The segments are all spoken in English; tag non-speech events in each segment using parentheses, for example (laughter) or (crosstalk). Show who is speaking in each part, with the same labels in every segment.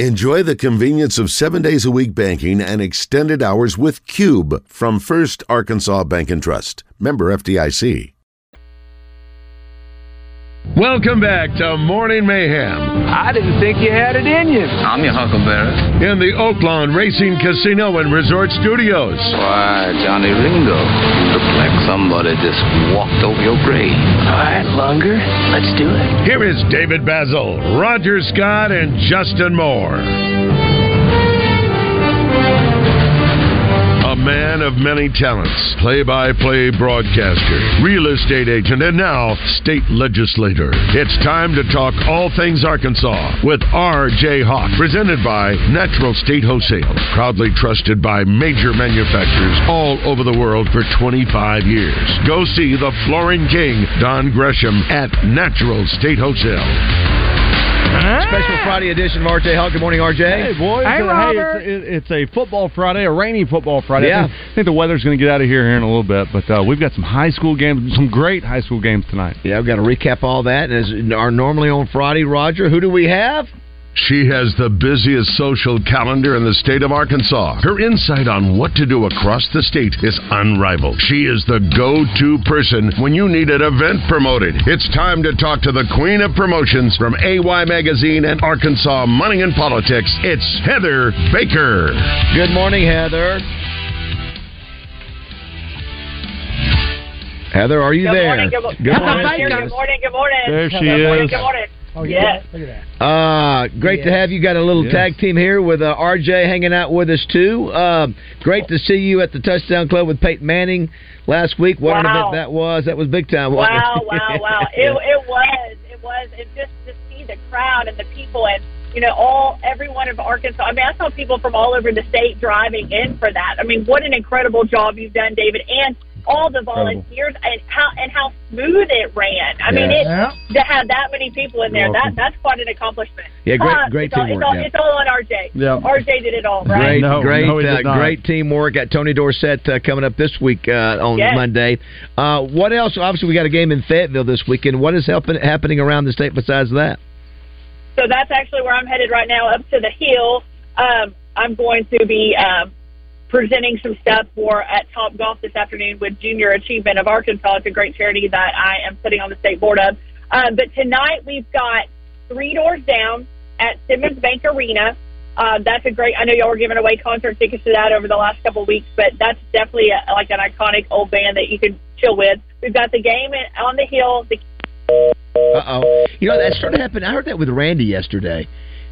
Speaker 1: Enjoy the convenience of seven days a week banking and extended hours with Cube from First Arkansas Bank and Trust. Member FDIC. Welcome back to Morning Mayhem
Speaker 2: I didn't think you had it in you.
Speaker 3: I'm your huckleberry.
Speaker 1: in the Oaklawn Racing Casino and Resort Studios.
Speaker 3: Why, Johnny Ringo, you look like somebody just walked over your grave.
Speaker 2: All right, Longer, let's do it.
Speaker 1: Here is David Basil, Roger Scott, and Justin Moore. A man of many talents, play by play broadcaster, real estate agent, and now state legislator. It's time to talk all things Arkansas with R.J. Hawk, presented by Natural State Wholesale, proudly trusted by major manufacturers all over the world for 25 years. Go see the Flooring King, Don Gresham, at Natural State Wholesale.
Speaker 4: Special
Speaker 5: Ah!
Speaker 4: Friday edition of RJ Hall. Good morning, RJ.
Speaker 6: Hey, boys.
Speaker 4: Hey,
Speaker 6: Uh,
Speaker 4: Robert.
Speaker 6: Hey, it's, it- it's a football Friday, a rainy football Friday.
Speaker 4: Yeah.
Speaker 6: I think, I think the weather's going to get out of here here in a little bit, but uh, we've got some high school games, some great high school games tonight.
Speaker 4: Yeah, we've got to recap all that. As are normally on Friday, Roger. Who do we have?
Speaker 1: She has the busiest social calendar in the state of Arkansas. Her insight on what to do across the state is unrivaled. She is the go to person when you need an event promoted. It's time to talk to the queen of promotions from AY Magazine and Arkansas Money and Politics. It's Heather Baker.
Speaker 4: Good morning, Heather. Heather, are you
Speaker 5: Good
Speaker 4: there?
Speaker 5: Morning, good, mo-
Speaker 4: Good morning.
Speaker 5: Good morning. Good morning.
Speaker 4: There she
Speaker 5: good Morning,
Speaker 4: is. Oh,
Speaker 5: good morning. yes.
Speaker 7: Look at that.
Speaker 4: Uh, great to have you. Got a little
Speaker 7: Yes.
Speaker 4: tag team here with uh, RJ hanging out with us too. Um, great to see you at the Touchdown Club with Peyton Manning last week. What an
Speaker 5: Wow.
Speaker 4: event that was! That was big time. wasn't it?
Speaker 5: Wow,
Speaker 4: (laughs)
Speaker 5: wow, wow. It, it was. It was. And just to see the crowd and the people and, you know, all, everyone of Arkansas. I mean, I saw people from all over the state driving in for that. I mean, what an incredible job you've done, David, and all the volunteers and how and how smooth it ran. I mean, it,
Speaker 7: Yeah.
Speaker 5: to have that many people in there,
Speaker 4: You're
Speaker 5: that
Speaker 4: welcome.
Speaker 5: that's quite an accomplishment.
Speaker 4: Yeah, great-
Speaker 5: Plus,
Speaker 4: great
Speaker 5: it's all,
Speaker 4: teamwork,
Speaker 5: It's all,
Speaker 4: yeah.
Speaker 5: it's all on RJ.
Speaker 4: Yeah.
Speaker 5: RJ did it all, right?
Speaker 4: Great, great,
Speaker 6: no, he
Speaker 4: uh,
Speaker 6: did not.
Speaker 4: great teamwork. Got Tony Dorsett uh, coming up this week uh, on
Speaker 5: Yes.
Speaker 4: Monday. Uh, what else? Obviously, we got a game in Fayetteville this weekend. What is helping, happening around the state besides that?
Speaker 5: So that's actually where I'm headed right now, up to the hill. Um, I'm going to be um, presenting some stuff for at Top Golf this afternoon with Junior Achievement of Arkansas. It's a great charity that I am putting on the state board of. Um, but tonight we've got three doors down at Simmons Bank Arena. Uh, that's a great. I know y'all were giving away concert tickets to that over the last couple of weeks, but that's definitely a, like an iconic old band that you could chill with. We've got the game in, on the hill, the
Speaker 4: Uh oh. You know that started happening. I heard that with Randy yesterday.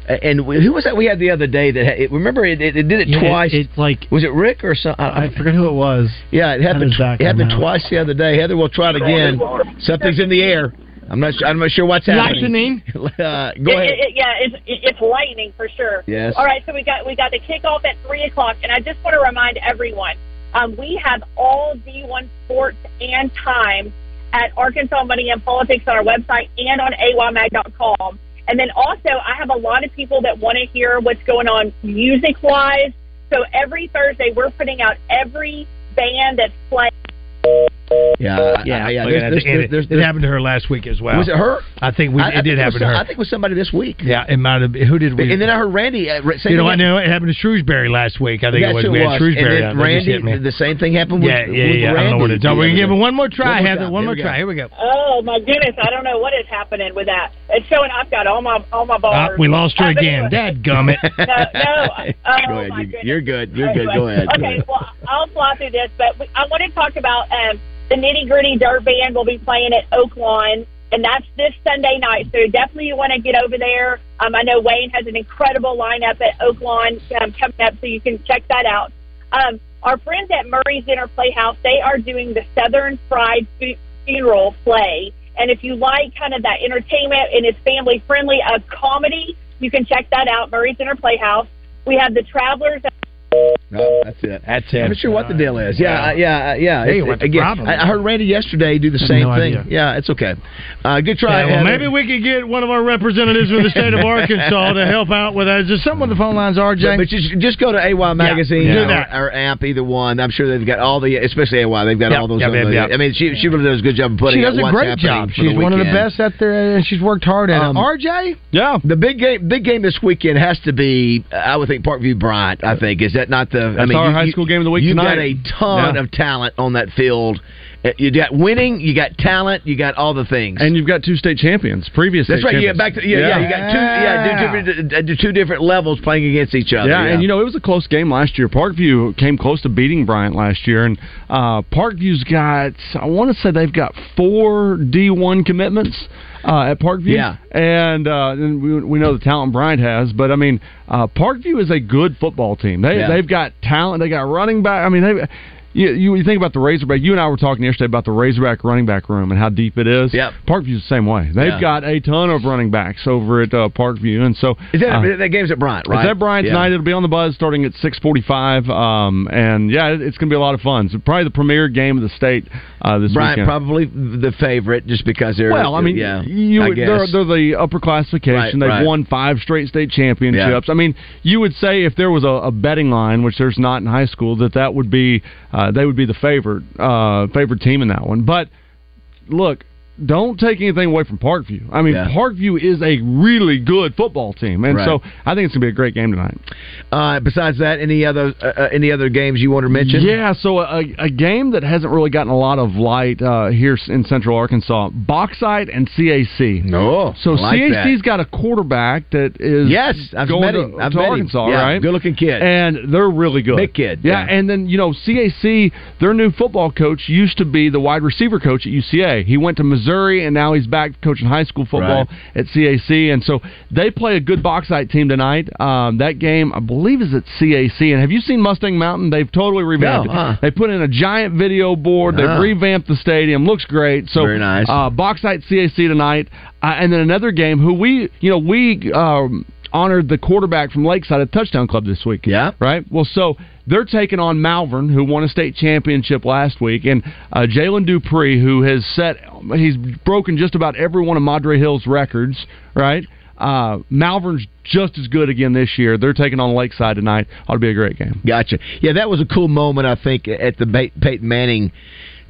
Speaker 4: A- And wh- who was that we had the other day that ha- it, remember it, it, it did it
Speaker 7: Yeah, it-
Speaker 4: twice?
Speaker 7: it, like
Speaker 4: was it Rick or something? I,
Speaker 7: I forget who it was.
Speaker 4: yeah, it happened.
Speaker 7: his back
Speaker 4: It happened
Speaker 7: come out.
Speaker 4: twice the other day. Heather, we'll try it again. Something's in the air. I'm not. Sure, I'm not sure what's happening. (laughs) uh, go
Speaker 5: It-
Speaker 4: ahead.
Speaker 5: it- it- yeah, it's, it- it's lightning for sure.
Speaker 4: Yes.
Speaker 5: All right, so we got we got the kickoff at three o'clock, and I just want to remind everyone, um, we have all D1 sports and time at Arkansas Money and Politics on our website and on aymag.com. And then also, I have a lot of people that want to hear what's going on music wise. So every Thursday, we're putting out every band that's playing.
Speaker 4: Yeah, I- I- yeah. there's-
Speaker 7: look at that. And
Speaker 4: there's-
Speaker 7: it,
Speaker 4: there's-
Speaker 7: it
Speaker 4: there's-
Speaker 7: happened to her last week as well.
Speaker 4: Was it her?
Speaker 7: I think we,
Speaker 4: I- I
Speaker 7: it
Speaker 4: think
Speaker 7: did happen
Speaker 4: was
Speaker 7: to
Speaker 4: some-
Speaker 7: her.
Speaker 4: I think it was somebody this week.
Speaker 7: yeah, it might have. been- Who did we?
Speaker 4: And then I heard Randy. Uh, same
Speaker 7: you know,
Speaker 4: thing
Speaker 7: I know it happened to Shrewsbury last week. I think it
Speaker 4: That's
Speaker 7: was.
Speaker 4: who
Speaker 7: We
Speaker 4: it
Speaker 7: had
Speaker 4: was.
Speaker 7: Shrewsbury.
Speaker 4: And
Speaker 7: down. They just
Speaker 4: then
Speaker 7: hit me.
Speaker 4: Randy, the same thing happened with
Speaker 7: yeah, yeah,
Speaker 4: with Randy.
Speaker 7: yeah. I don't know what it's.
Speaker 4: the
Speaker 7: Oh, we
Speaker 4: other
Speaker 7: can give
Speaker 4: day.
Speaker 7: him one more try,
Speaker 4: One more
Speaker 7: Heather.
Speaker 4: time.
Speaker 7: One
Speaker 4: Here
Speaker 7: more
Speaker 4: we
Speaker 7: try.
Speaker 4: go.
Speaker 7: Here we go.
Speaker 5: Oh my goodness, I don't know what is happening with that. It's showing I've got all my all my
Speaker 7: Ah,
Speaker 5: bars.
Speaker 7: we lost her
Speaker 5: Uh, but
Speaker 7: again.
Speaker 5: anyway.
Speaker 7: Dad gummit.
Speaker 5: (laughs) no, no. Oh,
Speaker 4: Go ahead.
Speaker 5: my
Speaker 4: You-
Speaker 5: goodness.
Speaker 4: You're good. You're good.
Speaker 5: Anyway.
Speaker 4: Go ahead. Go
Speaker 5: Okay,
Speaker 4: ahead.
Speaker 5: well, I'll fly through this, but we, I want to talk about um, the Nitty Gritty Dirt Band will be playing at Oaklawn, and that's this Sunday night. So definitely you want to get over there. Um, I know Wayne has an incredible lineup at Oaklawn um, coming up, so you can check that out. Um, our friends at Murray's Dinner Playhouse, they are doing the Southern Fried Fu- Funeral Play. And if you like kind of that entertainment and it's family friendly, a comedy, you can check that out, Murray's Dinner Playhouse. We have the Travelers
Speaker 4: Oh, that's it.
Speaker 7: That's it.
Speaker 4: I'm not sure what the deal is. Yeah, I- yeah, I- yeah.
Speaker 7: Hey,
Speaker 4: It's-
Speaker 7: what the
Speaker 4: again,
Speaker 7: problem
Speaker 4: I, I heard Randy yesterday do the same
Speaker 7: no
Speaker 4: thing.
Speaker 7: idea.
Speaker 4: Yeah, it's okay. Uh, good try.
Speaker 7: Yeah, well,
Speaker 4: Heather.
Speaker 7: maybe we could get one of our representatives from the state
Speaker 4: (laughs)
Speaker 7: (laughs) of Arkansas to help out with that. Is there someone on the phone lines, RJ?
Speaker 4: But, but just, just go to AY Magazine
Speaker 7: do
Speaker 4: or-
Speaker 7: that.
Speaker 4: Or, AMP, either one. I'm sure they've got all the, especially AY, they've got
Speaker 7: Yep,
Speaker 4: all those.
Speaker 7: yep,
Speaker 4: other-
Speaker 7: yep, yep.
Speaker 4: I mean, she, she really does a good job of putting
Speaker 7: she
Speaker 4: out
Speaker 7: does a
Speaker 4: what's
Speaker 7: great
Speaker 4: happening
Speaker 7: job.
Speaker 4: for
Speaker 7: She's
Speaker 4: the
Speaker 7: one of the
Speaker 4: weekend.
Speaker 7: best out there, and she's worked hard at
Speaker 4: Um,
Speaker 7: it. RJ,
Speaker 6: Yeah.
Speaker 4: The big game, big game this weekend has to be, uh, I would think, Parkview Bryant. I think is that not the? I
Speaker 6: That's
Speaker 4: mean,
Speaker 6: our
Speaker 4: you-
Speaker 6: high
Speaker 4: you-
Speaker 6: school game of the week
Speaker 4: You've
Speaker 6: tonight.
Speaker 4: got a ton
Speaker 6: Yeah.
Speaker 4: of talent on that field. Uh, You got winning, you got talent, you got all the things.
Speaker 6: And you've got two state champions, previous
Speaker 4: That's
Speaker 6: state
Speaker 4: right. Yeah,
Speaker 6: champions.
Speaker 4: back to yeah, yeah. You got two, yeah, two different, uh, d- two different levels playing against each other.
Speaker 6: Yeah, and you know it was a close game last year. Parkview came close to beating Bryant last year, and uh, Parkview's got I want to say they've got four D one commitments uh, at Parkview.
Speaker 4: Yeah.
Speaker 6: and, uh, and we, we know the talent Bryant has, but I mean uh, Parkview is a good football team. They
Speaker 4: Yeah.
Speaker 6: they've got talent. They got running back. I mean they. You, you, you think about the Razorback. You and I were talking yesterday about the Razorback running back room and how deep it is.
Speaker 4: Yep.
Speaker 6: Parkview's the same way. They've
Speaker 4: Yeah.
Speaker 6: got a ton of running backs over at uh, Parkview, and so
Speaker 4: is that
Speaker 6: uh,
Speaker 4: that game's at Bryant, right?
Speaker 6: it's at Bryant's
Speaker 4: Yeah.
Speaker 6: night. It'll be on the buzz starting at 6:45, um, and yeah, it- it's going to be a lot of fun. It's probably the premier game of the state uh, this
Speaker 4: Bryant
Speaker 6: weekend.
Speaker 4: probably the favorite just because they're
Speaker 6: well, I mean,
Speaker 4: yeah,
Speaker 6: you
Speaker 4: I
Speaker 6: would,
Speaker 4: guess.
Speaker 6: they're, they're the upper
Speaker 4: Right,
Speaker 6: classification. They've
Speaker 4: right.
Speaker 6: won five straight state championships. I mean, you would say if there was a, a betting line, which there's not in high school, that that would be uh, they would be the favorite uh, favorite team in that one. But look. Don't take anything away from Parkview. I mean,
Speaker 4: Yeah.
Speaker 6: Parkview is a really good football team, and
Speaker 4: Right.
Speaker 6: so I think it's going to be a great game tonight.
Speaker 4: uh, besides that, any other uh, uh, any other games you want to mention?
Speaker 6: Yeah, so a, a game that hasn't really gotten a lot of light uh, here in Central Arkansas, Bauxite and CAC.
Speaker 4: No.
Speaker 6: So
Speaker 4: I like that.
Speaker 6: CAC's got a quarterback that is
Speaker 4: Yes, I've
Speaker 6: going
Speaker 4: met
Speaker 6: to,
Speaker 4: him. I've
Speaker 6: to
Speaker 4: met him.
Speaker 6: Arkansas,
Speaker 4: Yeah,
Speaker 6: right?
Speaker 4: good-looking kid.
Speaker 6: and they're really good.
Speaker 4: Big kid,
Speaker 6: yeah.
Speaker 4: yeah.
Speaker 6: And then you know CAC, their new football coach used to be the wide receiver coach at UCA. He went to Missouri, and now he's back coaching high school football at CAC. And so they play a good Bauxite team tonight. Um, that game, I believe, is at CAC. And have you seen Mustang Mountain? They've totally revamped.
Speaker 4: No, uh-uh.
Speaker 6: it. They put in a giant video board. They've
Speaker 4: Ah.
Speaker 6: revamped the stadium. Looks great. So
Speaker 4: Very nice.
Speaker 6: uh, Bauxite CAC tonight, uh, and then another game. Who we, you know, we um, honored the quarterback from Lakeside at Touchdown Club this week.
Speaker 4: Yeah.
Speaker 6: Right. Well, so they're taking on Malvern, who won a state championship last week, and uh, Jalen Dupree, who has set, he's broken just about every one of Madre Hill's records. Right. Uh, Malvern's just as good again this year. They're taking on Lakeside tonight. Ought to be a great game.
Speaker 4: Gotcha. Yeah, that was a cool moment. I think at the Pey- Peyton Manning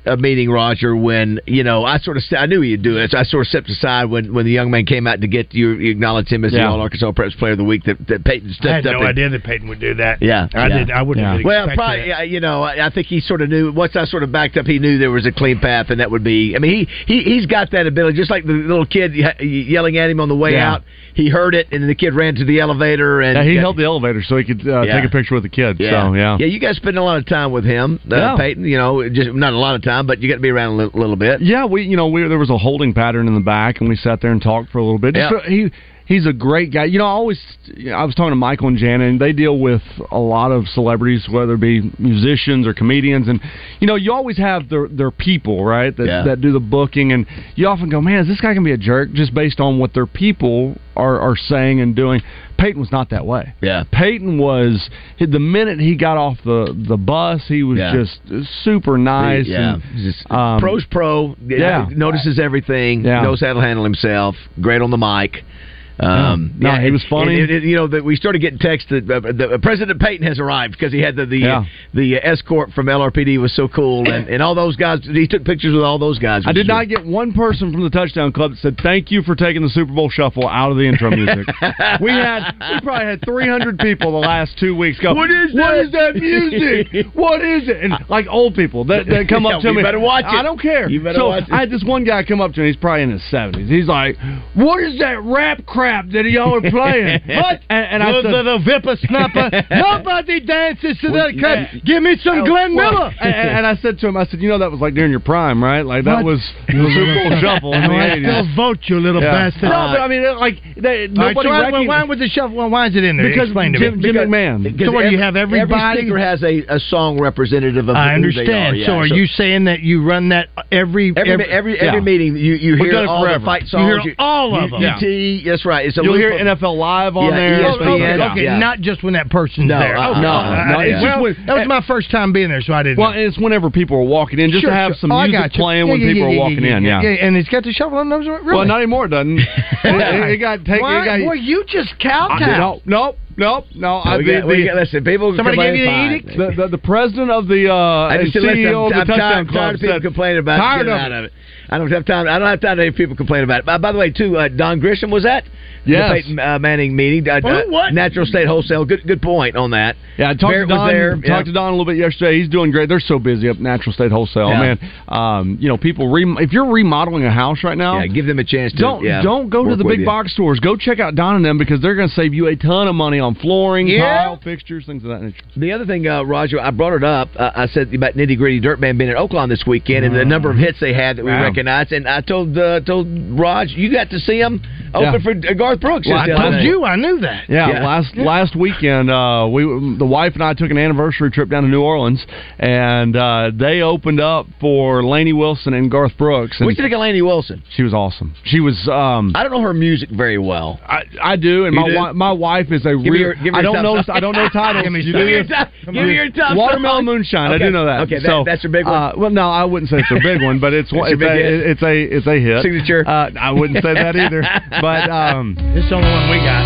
Speaker 4: uh, meeting, Roger, when you know I sort of I knew he'd do it. I sort of stepped aside when when the young man came out to get you, you acknowledged him as the
Speaker 6: Yeah.
Speaker 4: All Arkansas Preps Player of the Week. That, that Peyton stepped
Speaker 7: I had
Speaker 4: up.
Speaker 7: no
Speaker 4: and-
Speaker 7: idea that Peyton would do that.
Speaker 4: Yeah,
Speaker 7: I
Speaker 4: yeah,
Speaker 7: did. I wouldn't.
Speaker 6: yeah.
Speaker 7: Have
Speaker 4: Well,
Speaker 7: expected
Speaker 4: probably.
Speaker 7: It.
Speaker 4: I- You know, I I think he sort of knew. Once I sort of backed up, he knew there was a clean path, and that would be. I mean, he, he he's got that ability. Just like the little kid ye- yelling at him on the way
Speaker 6: Yeah.
Speaker 4: out, he heard it, and the kid ran to the elevator. And
Speaker 6: Yeah, he
Speaker 4: got-
Speaker 6: held the elevator so he could uh,
Speaker 4: Yeah.
Speaker 6: take a picture with the kid.
Speaker 4: Yeah.
Speaker 6: So yeah.
Speaker 4: yeah. You guys spend a lot of time with him, uh,
Speaker 6: Yeah.
Speaker 4: Peyton. You know, just not a lot of time, but you got to be around a little, little bit.
Speaker 6: Yeah, we you know we there was a holding pattern in the back, and we sat there and talked for a little bit.
Speaker 4: Yeah.
Speaker 6: So he he's a great guy. You know, I always you know, I was talking to Michael and Jana, and they deal with a lot of celebrities, whether it be musicians or comedians, and you know you always have their their people right that
Speaker 4: Yeah.
Speaker 6: that do the booking, and you often go, man, is this guy gonna be a jerk just based on what their people are are saying and doing? Peyton was not that way.
Speaker 4: Yeah.
Speaker 6: Peyton was the minute he got off the the bus, he was
Speaker 4: Yeah.
Speaker 6: just super nice.
Speaker 4: Yeah.
Speaker 6: and,
Speaker 4: Just-
Speaker 6: um,
Speaker 4: Pro's pro.
Speaker 6: Yeah.
Speaker 4: Notices everything.
Speaker 6: Yeah.
Speaker 4: Knows how to handle himself. Great on the mic. Um,
Speaker 6: Yeah. No, he
Speaker 4: and-
Speaker 6: was funny.
Speaker 4: and- and, you know, that we started getting texts that uh, the, uh, President Peyton has
Speaker 6: (laughs)
Speaker 4: arrived because he had the the,
Speaker 6: Yeah.
Speaker 4: the escort from LRPD was so cool, and, and all those guys. He took pictures with all those guys.
Speaker 6: I
Speaker 4: which
Speaker 6: did
Speaker 4: is
Speaker 6: not get one person from the touchdown club that said thank you for taking the Super Bowl shuffle out of the
Speaker 4: (laughs)
Speaker 6: intro music. we had we probably had 300 people the last two weeks go.
Speaker 4: What is
Speaker 6: What
Speaker 4: that?"
Speaker 6: is that music? what is it? And like old people that, that come
Speaker 4: Yeah,
Speaker 6: up to
Speaker 4: you
Speaker 6: me.
Speaker 4: better watch it.
Speaker 6: I don't care.
Speaker 4: You better
Speaker 6: so
Speaker 4: watch it.
Speaker 6: I had this one guy come up to me. He's probably in his 70s. He's like, "What is that rap crap that y'all are
Speaker 4: (laughs)
Speaker 6: playing?" what? And, and I said,
Speaker 7: the Vipper
Speaker 6: (laughs)
Speaker 7: snapper.
Speaker 6: Nobody dances to that crap. Give me some
Speaker 7: Uh, (laughs)
Speaker 6: Glenn Miller. And, and- and I said to him, I said, you know, that was like during your prime, right? Like that
Speaker 7: What?
Speaker 6: was the Super Bowl shuffle in the
Speaker 7: I still
Speaker 6: eighties.
Speaker 7: vote, you little bastard.
Speaker 6: No, but I mean, it- like they,
Speaker 7: All right,
Speaker 6: nobody
Speaker 7: so why-
Speaker 6: recogn-
Speaker 7: why would the shovel? Why is it in there?
Speaker 6: because
Speaker 7: Explain to
Speaker 6: Jim,
Speaker 7: me.
Speaker 6: Jim
Speaker 4: Because-
Speaker 6: McMahon.
Speaker 4: because
Speaker 7: So what, do you have
Speaker 4: Every
Speaker 7: everybody?
Speaker 4: speaker has a, a song representative of
Speaker 7: I
Speaker 4: who they are,
Speaker 7: understand.
Speaker 4: yeah.
Speaker 7: so are you saying that you run that every
Speaker 4: Every every, every
Speaker 6: yeah.
Speaker 4: meeting you, you hear
Speaker 6: We've done it
Speaker 4: all
Speaker 6: forever.
Speaker 4: the fight
Speaker 6: You
Speaker 4: songs.
Speaker 7: hear all of them.
Speaker 4: UT, that's right. It's a
Speaker 6: You'll hear
Speaker 4: loop of-
Speaker 6: NFL Live on
Speaker 4: Yeah, ESPN.
Speaker 6: there. Stuff like
Speaker 7: Oh, Okay,
Speaker 6: that.
Speaker 7: okay, not just when that person's
Speaker 6: No,
Speaker 7: there. Oh,
Speaker 6: uh,
Speaker 7: Okay.
Speaker 6: no,
Speaker 7: I-
Speaker 6: no,
Speaker 7: I-
Speaker 6: it's just
Speaker 7: well,
Speaker 6: when-
Speaker 7: that was my first time being there, so I didn't.
Speaker 6: Well,
Speaker 7: know.
Speaker 6: it's whenever people are walking in, just
Speaker 7: Sure,
Speaker 6: to have
Speaker 7: sure.
Speaker 6: some
Speaker 7: Oh, I
Speaker 6: music
Speaker 7: got you.
Speaker 6: playing
Speaker 7: Yeah,
Speaker 6: when
Speaker 7: yeah,
Speaker 6: people
Speaker 7: yeah,
Speaker 6: are
Speaker 7: yeah,
Speaker 6: walking
Speaker 7: yeah,
Speaker 6: in. Yeah.
Speaker 7: yeah, and it's got the shovel on those. Really? (laughs)
Speaker 6: Well, not anymore. It doesn't. it, it got taken.
Speaker 7: Why?
Speaker 6: It got,
Speaker 7: Well, you just
Speaker 6: I,
Speaker 7: kowtowed.
Speaker 6: no, no, no, no. I,
Speaker 4: We
Speaker 6: the,
Speaker 4: got- we
Speaker 6: the-
Speaker 4: got- listen, people can
Speaker 7: Somebody
Speaker 4: complain
Speaker 7: gave you the
Speaker 4: fine.
Speaker 7: edict?
Speaker 6: the, the, the president of the uh,
Speaker 4: I just said, listen,
Speaker 6: CEO
Speaker 4: I'm,
Speaker 6: of
Speaker 4: I'm
Speaker 6: the Touchdown
Speaker 4: tired, tired
Speaker 6: Club
Speaker 4: of people
Speaker 6: said,
Speaker 4: complaining about
Speaker 6: Tired
Speaker 4: it. Get
Speaker 6: of
Speaker 4: out of it. I don't have time. I don't have time to hear people complain about it. By, by the way, too, uh, Don Grisham was at
Speaker 6: Yes.
Speaker 4: the Peyton uh, Manning meeting. Uh,
Speaker 7: Oh, what?
Speaker 4: Natural State Wholesale. Good, good point on that.
Speaker 6: Yeah, I talked
Speaker 4: Barrett
Speaker 6: to
Speaker 4: was
Speaker 6: Don.
Speaker 4: there,
Speaker 6: Talked
Speaker 4: yeah.
Speaker 6: to Don a little bit yesterday. He's doing great. They're so busy up Natural State Wholesale,
Speaker 4: Yeah.
Speaker 6: man. Um, you know, people. Re- if you're remodeling a house right now,
Speaker 4: Yeah, give them a chance to
Speaker 6: don't
Speaker 4: yeah,
Speaker 6: don't go to
Speaker 4: work
Speaker 6: the
Speaker 4: with
Speaker 6: big
Speaker 4: you.
Speaker 6: box stores. Go check out Don and them because they're going to save you a ton of money on flooring,
Speaker 4: Yeah.
Speaker 6: tile, fixtures, things of that nature.
Speaker 4: The other thing, uh, Roger, I brought it up. Uh, I said about nitty gritty dirt band being at Oakland this weekend and the number of hits they had that we
Speaker 6: Mm. Wow.
Speaker 4: recognized. And I told uh, told Raj, you got to see them
Speaker 6: Yeah.
Speaker 4: open for uh, Garth Brooks.
Speaker 6: Well,
Speaker 4: just
Speaker 6: I
Speaker 4: the other
Speaker 6: told
Speaker 4: day.
Speaker 7: you, I knew that.
Speaker 6: Yeah,
Speaker 4: Yeah.
Speaker 6: last last weekend, uh, we the wife and I took an anniversary trip down to New Orleans, and uh, they opened up for Laney Wilson and Garth Brooks, and
Speaker 4: What you think of Laney Wilson?
Speaker 6: she was awesome. She was. Um,
Speaker 4: I don't know her music very well.
Speaker 6: I, I do, and
Speaker 4: You
Speaker 6: my
Speaker 4: do?
Speaker 6: wi- my wife is a
Speaker 4: me
Speaker 6: real.
Speaker 4: your- give me
Speaker 6: I
Speaker 4: your
Speaker 6: don't
Speaker 4: top
Speaker 6: know.
Speaker 4: five. (laughs)
Speaker 6: I don't know titles.
Speaker 7: Give me
Speaker 6: You
Speaker 7: some.
Speaker 6: do?
Speaker 4: Give me your top- give me your top
Speaker 6: Watermelon
Speaker 4: five.
Speaker 6: moonshine.
Speaker 4: Okay,
Speaker 6: I do know that.
Speaker 4: okay, that-
Speaker 6: so,
Speaker 4: that's your big one?
Speaker 6: Uh, well, no, I wouldn't say it's a big
Speaker 4: (laughs)
Speaker 6: one, but it's
Speaker 4: It's
Speaker 6: one-
Speaker 4: your
Speaker 6: it's,
Speaker 4: big
Speaker 6: a,
Speaker 4: hit?
Speaker 6: it's a it's a hit.
Speaker 4: Signature.
Speaker 6: Uh, I wouldn't say that either. But um,
Speaker 7: This is the only one we got.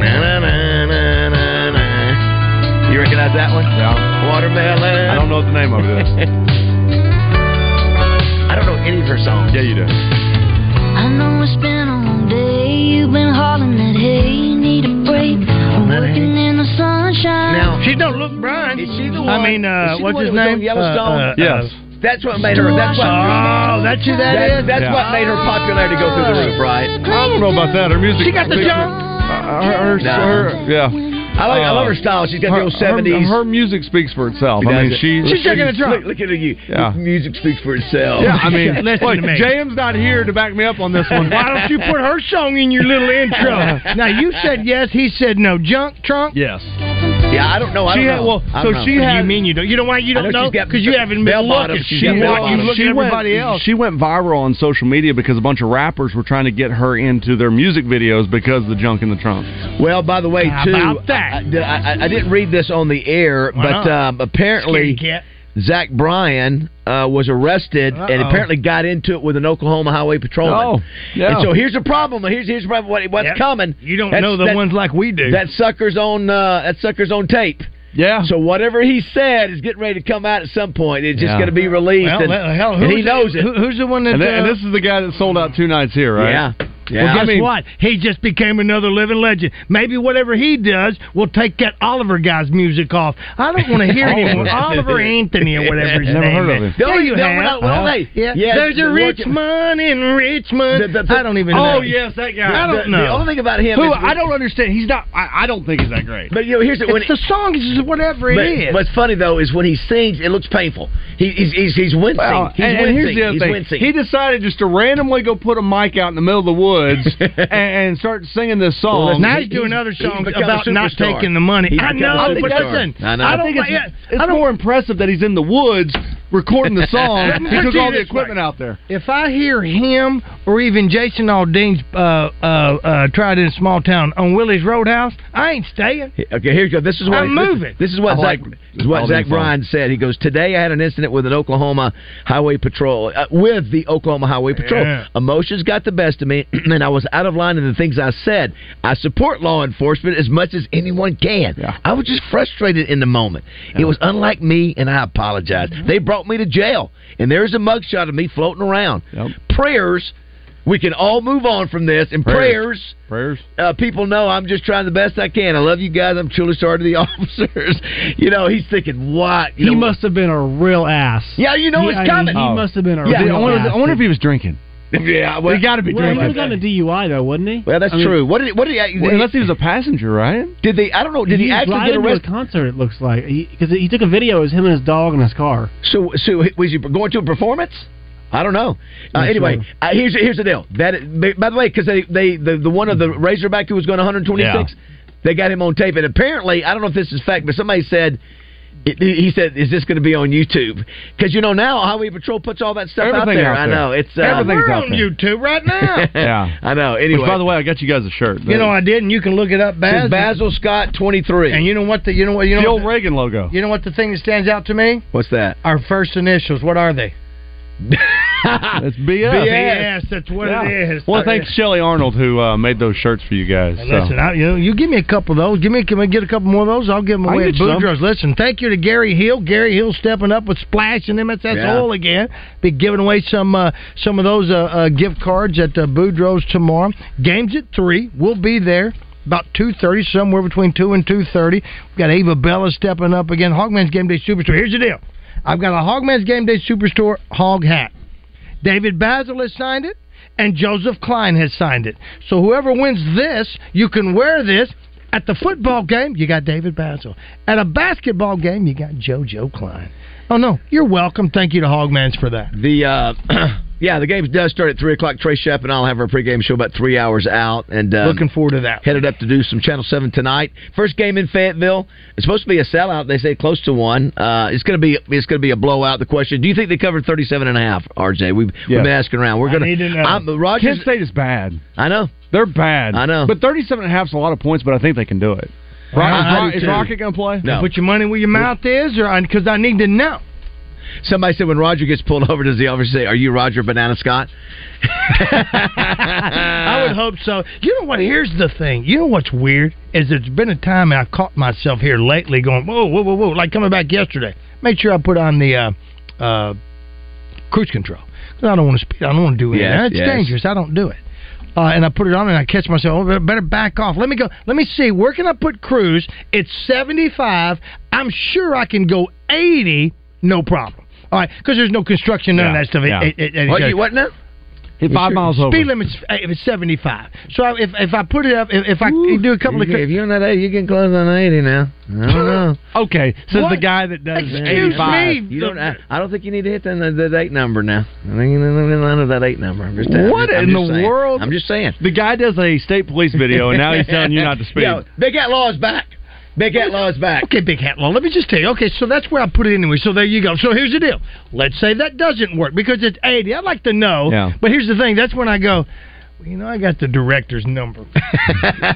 Speaker 4: Na, na, na, na, na, na. You recognize that one?
Speaker 6: yeah,
Speaker 4: Watermelon.
Speaker 6: I don't know what the name of it is.
Speaker 4: (laughs) I don't know any of her songs.
Speaker 6: Yeah, you do.
Speaker 8: I know it's been a long day. You've been hauling that hay. You need a break. I'm
Speaker 4: That hay.
Speaker 8: working in the sunshine.
Speaker 4: Now,
Speaker 7: She don't look Brian.
Speaker 4: is she the one?
Speaker 7: I mean,
Speaker 4: is
Speaker 7: uh,
Speaker 4: she the
Speaker 7: what's
Speaker 4: one
Speaker 7: his
Speaker 4: that was on
Speaker 7: name?
Speaker 4: Yellowstone.
Speaker 7: Uh, uh,
Speaker 6: Yes.
Speaker 4: that's what made her. That's what.
Speaker 7: Oh, that's who that
Speaker 4: That-
Speaker 7: is?
Speaker 4: That's
Speaker 6: Yeah.
Speaker 4: what made her popularity go through the roof, right?
Speaker 6: I don't know about that. Her music.
Speaker 7: She got the job.
Speaker 6: Uh, her, her,
Speaker 4: No.
Speaker 6: her- yeah.
Speaker 4: I like. I
Speaker 6: Uh,
Speaker 4: love her style. She's got
Speaker 6: Her,
Speaker 4: the old
Speaker 6: her-
Speaker 4: seventies.
Speaker 6: her music speaks for itself. I mean, she,
Speaker 4: she's taking a drop.
Speaker 6: drop.
Speaker 4: Look, look at you.
Speaker 6: Yeah.
Speaker 4: Music speaks for itself.
Speaker 6: Yeah, I (laughs) mean,
Speaker 7: Listen
Speaker 6: look,
Speaker 7: to me.
Speaker 6: JM's not here to back me up (laughs) on this one.
Speaker 7: Why don't you put her song in your little intro? now you said yes, he said no. Junk trunk.
Speaker 6: Yes.
Speaker 4: Yeah, I don't know. I
Speaker 6: She
Speaker 4: don't
Speaker 6: had-
Speaker 4: know.
Speaker 6: well,
Speaker 4: I
Speaker 6: so
Speaker 4: don't know.
Speaker 6: she
Speaker 7: What do
Speaker 6: had-
Speaker 7: you mean you don't? You don't want you
Speaker 4: I
Speaker 7: don't
Speaker 4: know
Speaker 7: know
Speaker 4: she's got-
Speaker 7: because you haven't been
Speaker 4: bell
Speaker 7: looking.
Speaker 4: bottoms, she's got
Speaker 7: You
Speaker 4: bell
Speaker 7: look- you
Speaker 4: bottoms.
Speaker 7: look at everybody else.
Speaker 6: She went viral on social media because a bunch of rappers were trying to get her into their music videos because of the junk in the trunk.
Speaker 4: Well, by the way,
Speaker 7: How
Speaker 4: too,
Speaker 7: about that?
Speaker 4: I- I, I- I didn't read this on the air,
Speaker 7: Why
Speaker 4: but
Speaker 7: not?
Speaker 4: um, apparently
Speaker 7: Scaredy cat.
Speaker 4: Zach Bryan uh, was arrested and
Speaker 7: Uh-oh.
Speaker 4: apparently got into it with an Oklahoma Highway Patrolman.
Speaker 6: Oh, yeah.
Speaker 4: And so here's the problem. Here's here's the problem. What, what's
Speaker 7: Yep.
Speaker 4: coming?
Speaker 7: You don't
Speaker 4: That's-
Speaker 7: know the
Speaker 4: that-
Speaker 7: ones like we do.
Speaker 4: That sucker's on. Uh, that sucker's on tape.
Speaker 6: Yeah.
Speaker 4: So whatever he said is getting ready to come out at some point. It's just
Speaker 6: Yeah.
Speaker 4: going to be released,
Speaker 7: Well,
Speaker 4: and,
Speaker 7: le- hell,
Speaker 4: and he
Speaker 7: who's-
Speaker 4: knows it.
Speaker 7: who- who's the one that?
Speaker 6: and, th- and
Speaker 7: uh,
Speaker 6: this is the guy that sold out two nights here, right?
Speaker 4: yeah, yeah.
Speaker 7: Well, guess
Speaker 6: I mean-
Speaker 7: what? He just became another living legend. Maybe whatever he does will take that Oliver guy's music off. I don't want
Speaker 4: (laughs)
Speaker 7: to
Speaker 4: Oh,
Speaker 7: hear anymore. Oliver Anthony or whatever his
Speaker 6: Never
Speaker 7: name
Speaker 6: heard of
Speaker 7: is.
Speaker 6: him.
Speaker 7: Yeah,
Speaker 4: Don't
Speaker 7: you
Speaker 4: you
Speaker 7: have. Uh-huh.
Speaker 4: Well, hey,
Speaker 7: Yeah.
Speaker 4: yeah,
Speaker 7: There's a
Speaker 4: the
Speaker 7: rich
Speaker 4: working-
Speaker 7: man in Richmond.
Speaker 4: The- the- the-
Speaker 7: I don't even know.
Speaker 6: Oh yes, that guy.
Speaker 7: I don't
Speaker 4: the, The
Speaker 7: know.
Speaker 4: only thing about him
Speaker 6: Who
Speaker 4: is
Speaker 6: I don't understand. He's not. I, I don't think he's that great.
Speaker 4: But you know, here's the, when
Speaker 7: It's the song. It's just whatever it
Speaker 4: but,
Speaker 7: is.
Speaker 4: What's funny though is when he sings, it looks painful. He, he's, he's he's wincing.
Speaker 6: Well,
Speaker 4: he's
Speaker 6: and, and
Speaker 4: wincing.
Speaker 6: here's the other
Speaker 4: he's
Speaker 6: thing.
Speaker 4: wincing.
Speaker 6: He decided just to randomly go put a mic out in the middle of the (laughs) woods and, and start singing this song.
Speaker 4: listen,
Speaker 7: now
Speaker 4: he-
Speaker 7: he's doing
Speaker 4: he's-
Speaker 7: other
Speaker 4: he's
Speaker 7: songs
Speaker 4: become a
Speaker 7: about not
Speaker 4: superstar.
Speaker 7: taking the money.
Speaker 4: He's
Speaker 7: I
Speaker 4: become a
Speaker 7: know, but
Speaker 4: superstar.
Speaker 7: listen,
Speaker 4: I know.
Speaker 7: I
Speaker 6: I
Speaker 7: don't
Speaker 6: think
Speaker 7: like
Speaker 6: it's,
Speaker 7: it.
Speaker 6: it's
Speaker 7: I don't
Speaker 6: more impressive that he's in the woods recording (laughs) the song.
Speaker 7: Let me
Speaker 6: he
Speaker 7: put
Speaker 6: took
Speaker 7: you
Speaker 6: all the
Speaker 7: this way.
Speaker 6: equipment out there.
Speaker 7: If I hear him or even Jason Aldean's uh, uh, uh, tried in a small town on Willie's Roadhouse, I ain't staying.
Speaker 4: Okay, here you go. This is what
Speaker 7: I'm
Speaker 4: this-
Speaker 7: moving.
Speaker 4: This, is what
Speaker 6: I
Speaker 4: Zach,
Speaker 6: like
Speaker 4: this is what
Speaker 6: all
Speaker 4: Zach
Speaker 6: these uh, songs.
Speaker 4: Bryan said. He goes, "Today I had an incident with an Oklahoma Highway Patrol uh, with the Oklahoma Highway Patrol.
Speaker 7: Yeah.
Speaker 4: Emotions got the best of me, (clears throat) and I was out of line in the things I said. I support law enforcement as much as anyone can.
Speaker 6: Yeah.
Speaker 4: I was just frustrated in the moment. It was unlike me, and I apologize.
Speaker 6: Mm-hmm.
Speaker 4: They brought me to jail, and there is a mugshot of me floating around.
Speaker 6: Yep.
Speaker 4: Prayers." We can all move on from this, and
Speaker 6: Prayers.
Speaker 4: prayers
Speaker 6: Prayers.
Speaker 4: uh, people know I'm just trying the best I can. I love you guys. I'm truly sorry to the (laughs) officers. you know, he's thinking, what? You know,
Speaker 7: have been a real ass.
Speaker 4: Yeah, you know uh, it's coming.
Speaker 6: he must
Speaker 7: have been a
Speaker 4: Yeah,
Speaker 6: I
Speaker 4: real
Speaker 6: wonder, I wonder if he was (laughs) drinking.
Speaker 4: yeah, well,
Speaker 6: He got to be drinking.
Speaker 7: DUI though, wouldn't he?
Speaker 4: well that's true. What did he, what did he,
Speaker 6: Well, unless he was a passenger, right?
Speaker 4: did they? I don't know. Did he, actually get arrested?
Speaker 7: concert, it looks like, because he, took a video of him and his dog in his car.
Speaker 4: So, so was he going to a performance? I don't know. Uh,
Speaker 7: Not
Speaker 4: anyway,
Speaker 7: sure.
Speaker 4: uh, here's here's the deal. That by the way, because they, they the, the one of the Razorback who was going 126, they got him on tape, and apparently, I don't know if this is fact, but somebody said It- He said, "Is this going to be on YouTube?" Because you know now Highway Patrol puts all that stuff
Speaker 6: Everything
Speaker 4: out there.
Speaker 6: out
Speaker 4: I
Speaker 6: there.
Speaker 4: know it's uh,
Speaker 6: Everything's
Speaker 7: We're
Speaker 6: out
Speaker 7: on
Speaker 6: there.
Speaker 7: YouTube right (laughs) now.
Speaker 6: (laughs) yeah,
Speaker 4: (laughs) I know. Anyway,
Speaker 6: Which, by the way, I got you guys a shirt.
Speaker 7: You know I did, and you can look it up, Basil.
Speaker 4: Says Basil Scott twenty three.
Speaker 7: And you know what the you know what you know
Speaker 6: the
Speaker 7: what
Speaker 6: old Reagan logo.
Speaker 7: the- you know what the thing that stands out to me?
Speaker 4: What's that?
Speaker 7: Our first initials. What are they?
Speaker 6: (laughs) That's BS.
Speaker 7: Yes, that's what it is.
Speaker 6: Well, thanks Shelly Arnold who uh, made those shirts for you guys.
Speaker 7: And
Speaker 6: so.
Speaker 7: Listen, I, you, know, you give me a couple of those. Give me, can we get a couple more of those? I'll give them
Speaker 6: I
Speaker 7: away at
Speaker 6: get you
Speaker 7: Booth
Speaker 6: some.
Speaker 7: Girls. Listen, thank you to Gary Hill. Gary Hill stepping up with Splash and MSS
Speaker 4: Yeah.
Speaker 7: Oil again. Be giving away some uh, some of those uh, uh, gift cards at uh, Boudreaux's tomorrow. Games at three. We'll be there about two thirty, somewhere between two and two thirty. We've got Ava Bella stepping up again. Hogman's Game Day Superstore. Here's the deal. I've got a Hogman's Game Day Superstore hog hat. David Basil has signed it, and Joseph Klein has signed it. So whoever wins this, you can wear this. At the football game, you got David Basil. At a basketball game, you got JoJo Klein. Oh, no, you're welcome. Thank you to Hogmans for that.
Speaker 4: The uh, (clears throat) yeah, the game does start at three o'clock. Trey Shepp and I'll have our pregame show about three hours out, and um,
Speaker 7: Looking forward to that.
Speaker 4: headed up to do some Channel Seven tonight. First game in Fayetteville. It's supposed to be a sellout. They say close to one. Uh, it's gonna be it's gonna be a blowout. The question: Do you think they covered 37 and a half? RJ, we've, we've
Speaker 6: Yes.
Speaker 4: been asking around. We're
Speaker 7: I
Speaker 4: gonna.
Speaker 7: need to know.
Speaker 4: I'm, uh,
Speaker 6: Kent
Speaker 4: Rogers.
Speaker 6: State is bad.
Speaker 4: I know.
Speaker 6: They're bad.
Speaker 4: I know.
Speaker 6: But 37 and a half is a lot of points, but I think they can do it. Rock,
Speaker 7: I- I
Speaker 6: is, Rock-
Speaker 7: do
Speaker 6: is
Speaker 7: too.
Speaker 6: Rocket going to play?
Speaker 4: No.
Speaker 7: Put your money where your mouth is, or because I need to know.
Speaker 4: Somebody said when Roger gets pulled (laughs) over, does the officer say, "Are you Roger Banana Scott?"
Speaker 7: I would hope so. You know what? Here's the thing. You know what's weird is there's been a time I've caught myself here lately going whoa whoa whoa whoa like coming back yesterday. Make sure I put on the uh, uh, cruise control 'Cause I don't want to speed. I don't want to do anything.
Speaker 4: Yes,
Speaker 7: It's
Speaker 4: yes.
Speaker 7: dangerous. I don't do it. Uh, and I put it on and I catch myself. Oh, better back off. Let me go. Let me see. Where can I put cruise? It's 75. I'm sure I can go 80. No problem. All right, because there's no construction, none
Speaker 6: Yeah,
Speaker 7: of that stuff.
Speaker 6: yeah.
Speaker 7: It- it- it-
Speaker 4: What, you, what now?
Speaker 6: Hit five
Speaker 7: Sure.
Speaker 6: miles
Speaker 7: speed
Speaker 6: over.
Speaker 7: limit's uh, if it's seventy five. So I- if if I put it up, if, if I do a couple of
Speaker 4: if you're not eighty, you can close on eighty now. I don't
Speaker 7: (laughs)
Speaker 4: know.
Speaker 6: Okay, says
Speaker 7: What?
Speaker 6: the guy that does
Speaker 7: Excuse
Speaker 6: 85.
Speaker 7: me.
Speaker 4: You don't. I, I don't think you need to hit that, that eight number now. I think you need to line up that eight number. I'm just, I'm
Speaker 6: What
Speaker 4: just- I'm
Speaker 6: in
Speaker 4: just
Speaker 6: the
Speaker 4: saying.
Speaker 6: world?
Speaker 4: I'm just saying.
Speaker 6: The guy does a state police video, and now he's telling you
Speaker 4: (laughs)
Speaker 6: not to speed.
Speaker 4: Yo, Big Outlaw is back. Big Outlaw is back.
Speaker 7: Okay, Big Hat Law. Let me just tell you. Okay, so that's where I put it anyway. So there you go. So here's the deal. Let's say that doesn't work because it's 80. I'd like to know.
Speaker 6: Yeah.
Speaker 7: But here's the thing. That's when I go, well, you know, I got the director's (laughs) number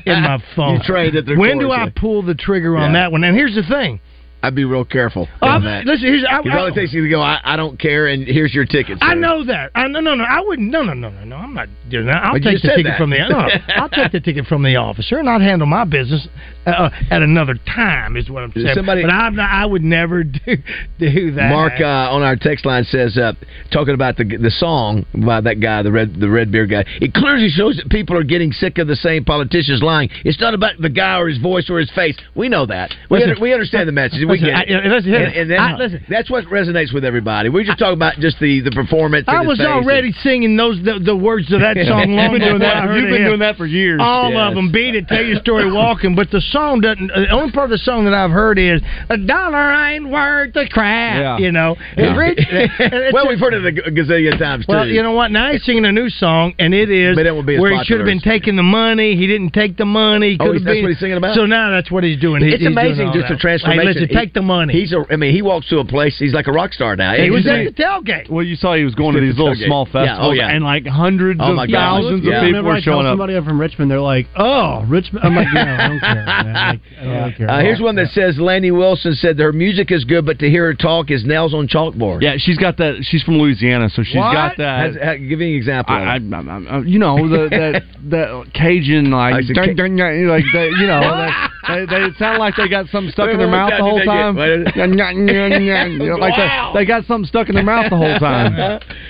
Speaker 7: in my phone.
Speaker 4: You traded their
Speaker 7: When do
Speaker 4: course,
Speaker 7: I
Speaker 4: yeah.
Speaker 7: pull the trigger on
Speaker 4: Yeah.
Speaker 7: that one? And here's the thing.
Speaker 4: I'd be real careful
Speaker 7: Oh, I'm-
Speaker 4: on that.
Speaker 7: Listen, here's, I,
Speaker 4: Because all it
Speaker 7: I-
Speaker 4: takes you to go, I, I don't care, and here's your ticket.
Speaker 7: I
Speaker 4: sir.
Speaker 7: know that. I no no no. I wouldn't. No no no no no. I'm not doing that. I'll
Speaker 4: But you
Speaker 7: take the
Speaker 4: said
Speaker 7: ticket
Speaker 4: that.
Speaker 7: from the. No,
Speaker 4: (laughs)
Speaker 7: I'll take the ticket from the officer, and I'll handle my business uh, at another time. Is what I'm saying.
Speaker 4: Somebody-
Speaker 7: but I'm not, I would never (laughs) do do that.
Speaker 4: Mark uh, on our text line says, uh, talking about the the song by that guy, the red the red beard guy. It clearly shows that people are getting sick of the same politicians lying. It's not about the guy or his voice or his face. We know that. We,
Speaker 7: Listen,
Speaker 4: under- we understand the message. We
Speaker 7: listen,
Speaker 4: get it.
Speaker 7: I- yeah, listen,
Speaker 4: and, and then-
Speaker 7: I- listen.
Speaker 4: that's what resonates with everybody. We're just talking about just the the performance. and
Speaker 7: I
Speaker 4: his
Speaker 7: was
Speaker 4: face
Speaker 7: already singing those the, the
Speaker 4: (laughs)
Speaker 7: words of that song long before I heard
Speaker 6: You've
Speaker 7: of
Speaker 6: been
Speaker 7: him.
Speaker 6: doing that for years.
Speaker 7: All
Speaker 4: Yes.
Speaker 7: of them beat it. Tell
Speaker 4: (laughs)
Speaker 7: your story walking, but the song doesn't. uh, The only part of the song that I've heard is a dollar ain't worth the crap.
Speaker 6: Yeah.
Speaker 7: You know,
Speaker 4: Yeah.
Speaker 7: It's rich-
Speaker 4: (laughs)
Speaker 7: it's
Speaker 4: well,
Speaker 7: a-
Speaker 4: we've heard it a g- gazillion times
Speaker 7: Well,
Speaker 4: too.
Speaker 7: you know what? Now he's singing a new song, and it is
Speaker 4: But it won't be as
Speaker 7: where he
Speaker 4: popular
Speaker 7: should have been
Speaker 4: as-
Speaker 7: taking the money. He didn't take the money. He
Speaker 4: Oh, he's-
Speaker 7: could have
Speaker 4: that's
Speaker 7: been-
Speaker 4: what he's singing about?
Speaker 7: So now that's what he's doing. He-
Speaker 4: it's
Speaker 7: he's doing
Speaker 4: amazing
Speaker 7: all
Speaker 4: just
Speaker 7: that.
Speaker 4: the transformation.
Speaker 7: Hey, listen,
Speaker 4: He-
Speaker 7: take the money.
Speaker 4: He's a. I mean, he walks to a place. He's like a rock star now.
Speaker 7: he
Speaker 4: It's
Speaker 7: was
Speaker 4: just-
Speaker 7: at the tailgate.
Speaker 6: Well, you saw he was going to these little
Speaker 4: Tailgate.
Speaker 6: small
Speaker 4: Yeah, oh,
Speaker 6: festivals,
Speaker 4: yeah.
Speaker 6: and like hundreds
Speaker 4: Oh, my
Speaker 6: of
Speaker 4: God.
Speaker 6: thousands
Speaker 4: Yeah.
Speaker 6: of people
Speaker 9: Whenever
Speaker 6: were
Speaker 9: I tell
Speaker 6: showing up.
Speaker 9: somebody I'm from Richmond, they're like, "Oh, Richmond." I'm like, "No, I don't care. (laughs) Man. Like, I don't really care."
Speaker 4: Uh, here's one that says Laney Wilson said her music is good, but to hear her talk is nails on chalkboard.
Speaker 6: Yeah, she's got that. She's from Louisiana, so she's
Speaker 4: What?
Speaker 6: got that.
Speaker 4: Has- ha- give me an example.
Speaker 6: I, I, I, I, you know the, that
Speaker 4: (laughs)
Speaker 6: that Cajun
Speaker 4: I
Speaker 6: like,
Speaker 4: said
Speaker 6: dun,
Speaker 4: Ca-
Speaker 6: dun, dun, like they, you
Speaker 4: (laughs)
Speaker 6: know that, they, they sound like they got something stuck in their
Speaker 4: Wait, what
Speaker 6: mouth the
Speaker 4: did
Speaker 6: whole
Speaker 4: they get?
Speaker 6: time.
Speaker 4: What?
Speaker 6: Dun, dun, dun, dun, you know, Like
Speaker 4: (laughs) Wow.
Speaker 6: they, they got something stuck in their mouth the
Speaker 4: (laughs)
Speaker 7: (laughs)
Speaker 6: whole time.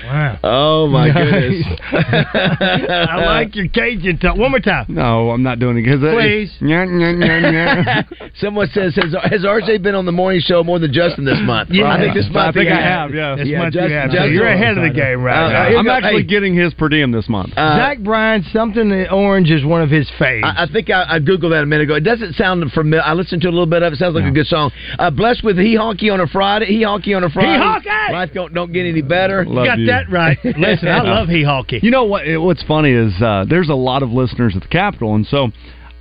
Speaker 7: Wow.
Speaker 4: oh
Speaker 7: (laughs)
Speaker 4: my goodness!
Speaker 7: I (laughs) like your Cajun talk. One more time.
Speaker 6: No, I'm not doing it
Speaker 4: (laughs)
Speaker 6: because
Speaker 7: Please. (laughs)
Speaker 4: Someone says has, has RJ been on the morning show more than Justin this month?
Speaker 7: Yeah.
Speaker 4: I think this month.
Speaker 6: I think
Speaker 4: he
Speaker 6: I
Speaker 4: has.
Speaker 6: have. Yeah,
Speaker 7: This
Speaker 4: Yeah,
Speaker 7: month
Speaker 4: just-
Speaker 7: you have.
Speaker 4: just-
Speaker 7: so you're ahead of the game
Speaker 4: Uh,
Speaker 7: right
Speaker 4: uh, here
Speaker 7: now.
Speaker 6: I'm
Speaker 4: go.
Speaker 6: actually
Speaker 4: Hey,
Speaker 6: getting his per diem this month.
Speaker 4: uh,
Speaker 7: Zach Bryan, something in orange is one of his faves.
Speaker 4: I, I think I, I googled that a minute ago. It doesn't sound familiar. I listened to a little bit of it. Sounds like a good song. Uh, blessed with he honky on a Friday. He honky on a Friday.
Speaker 7: honky!
Speaker 4: Life don't, don't get any better.
Speaker 6: Love
Speaker 7: Got
Speaker 6: you.
Speaker 4: (laughs)
Speaker 7: that
Speaker 6: (laughs)
Speaker 7: right. Listen, I love He Hawkey.
Speaker 6: You know what? What's funny is uh, there's a lot of listeners at the Capitol, and so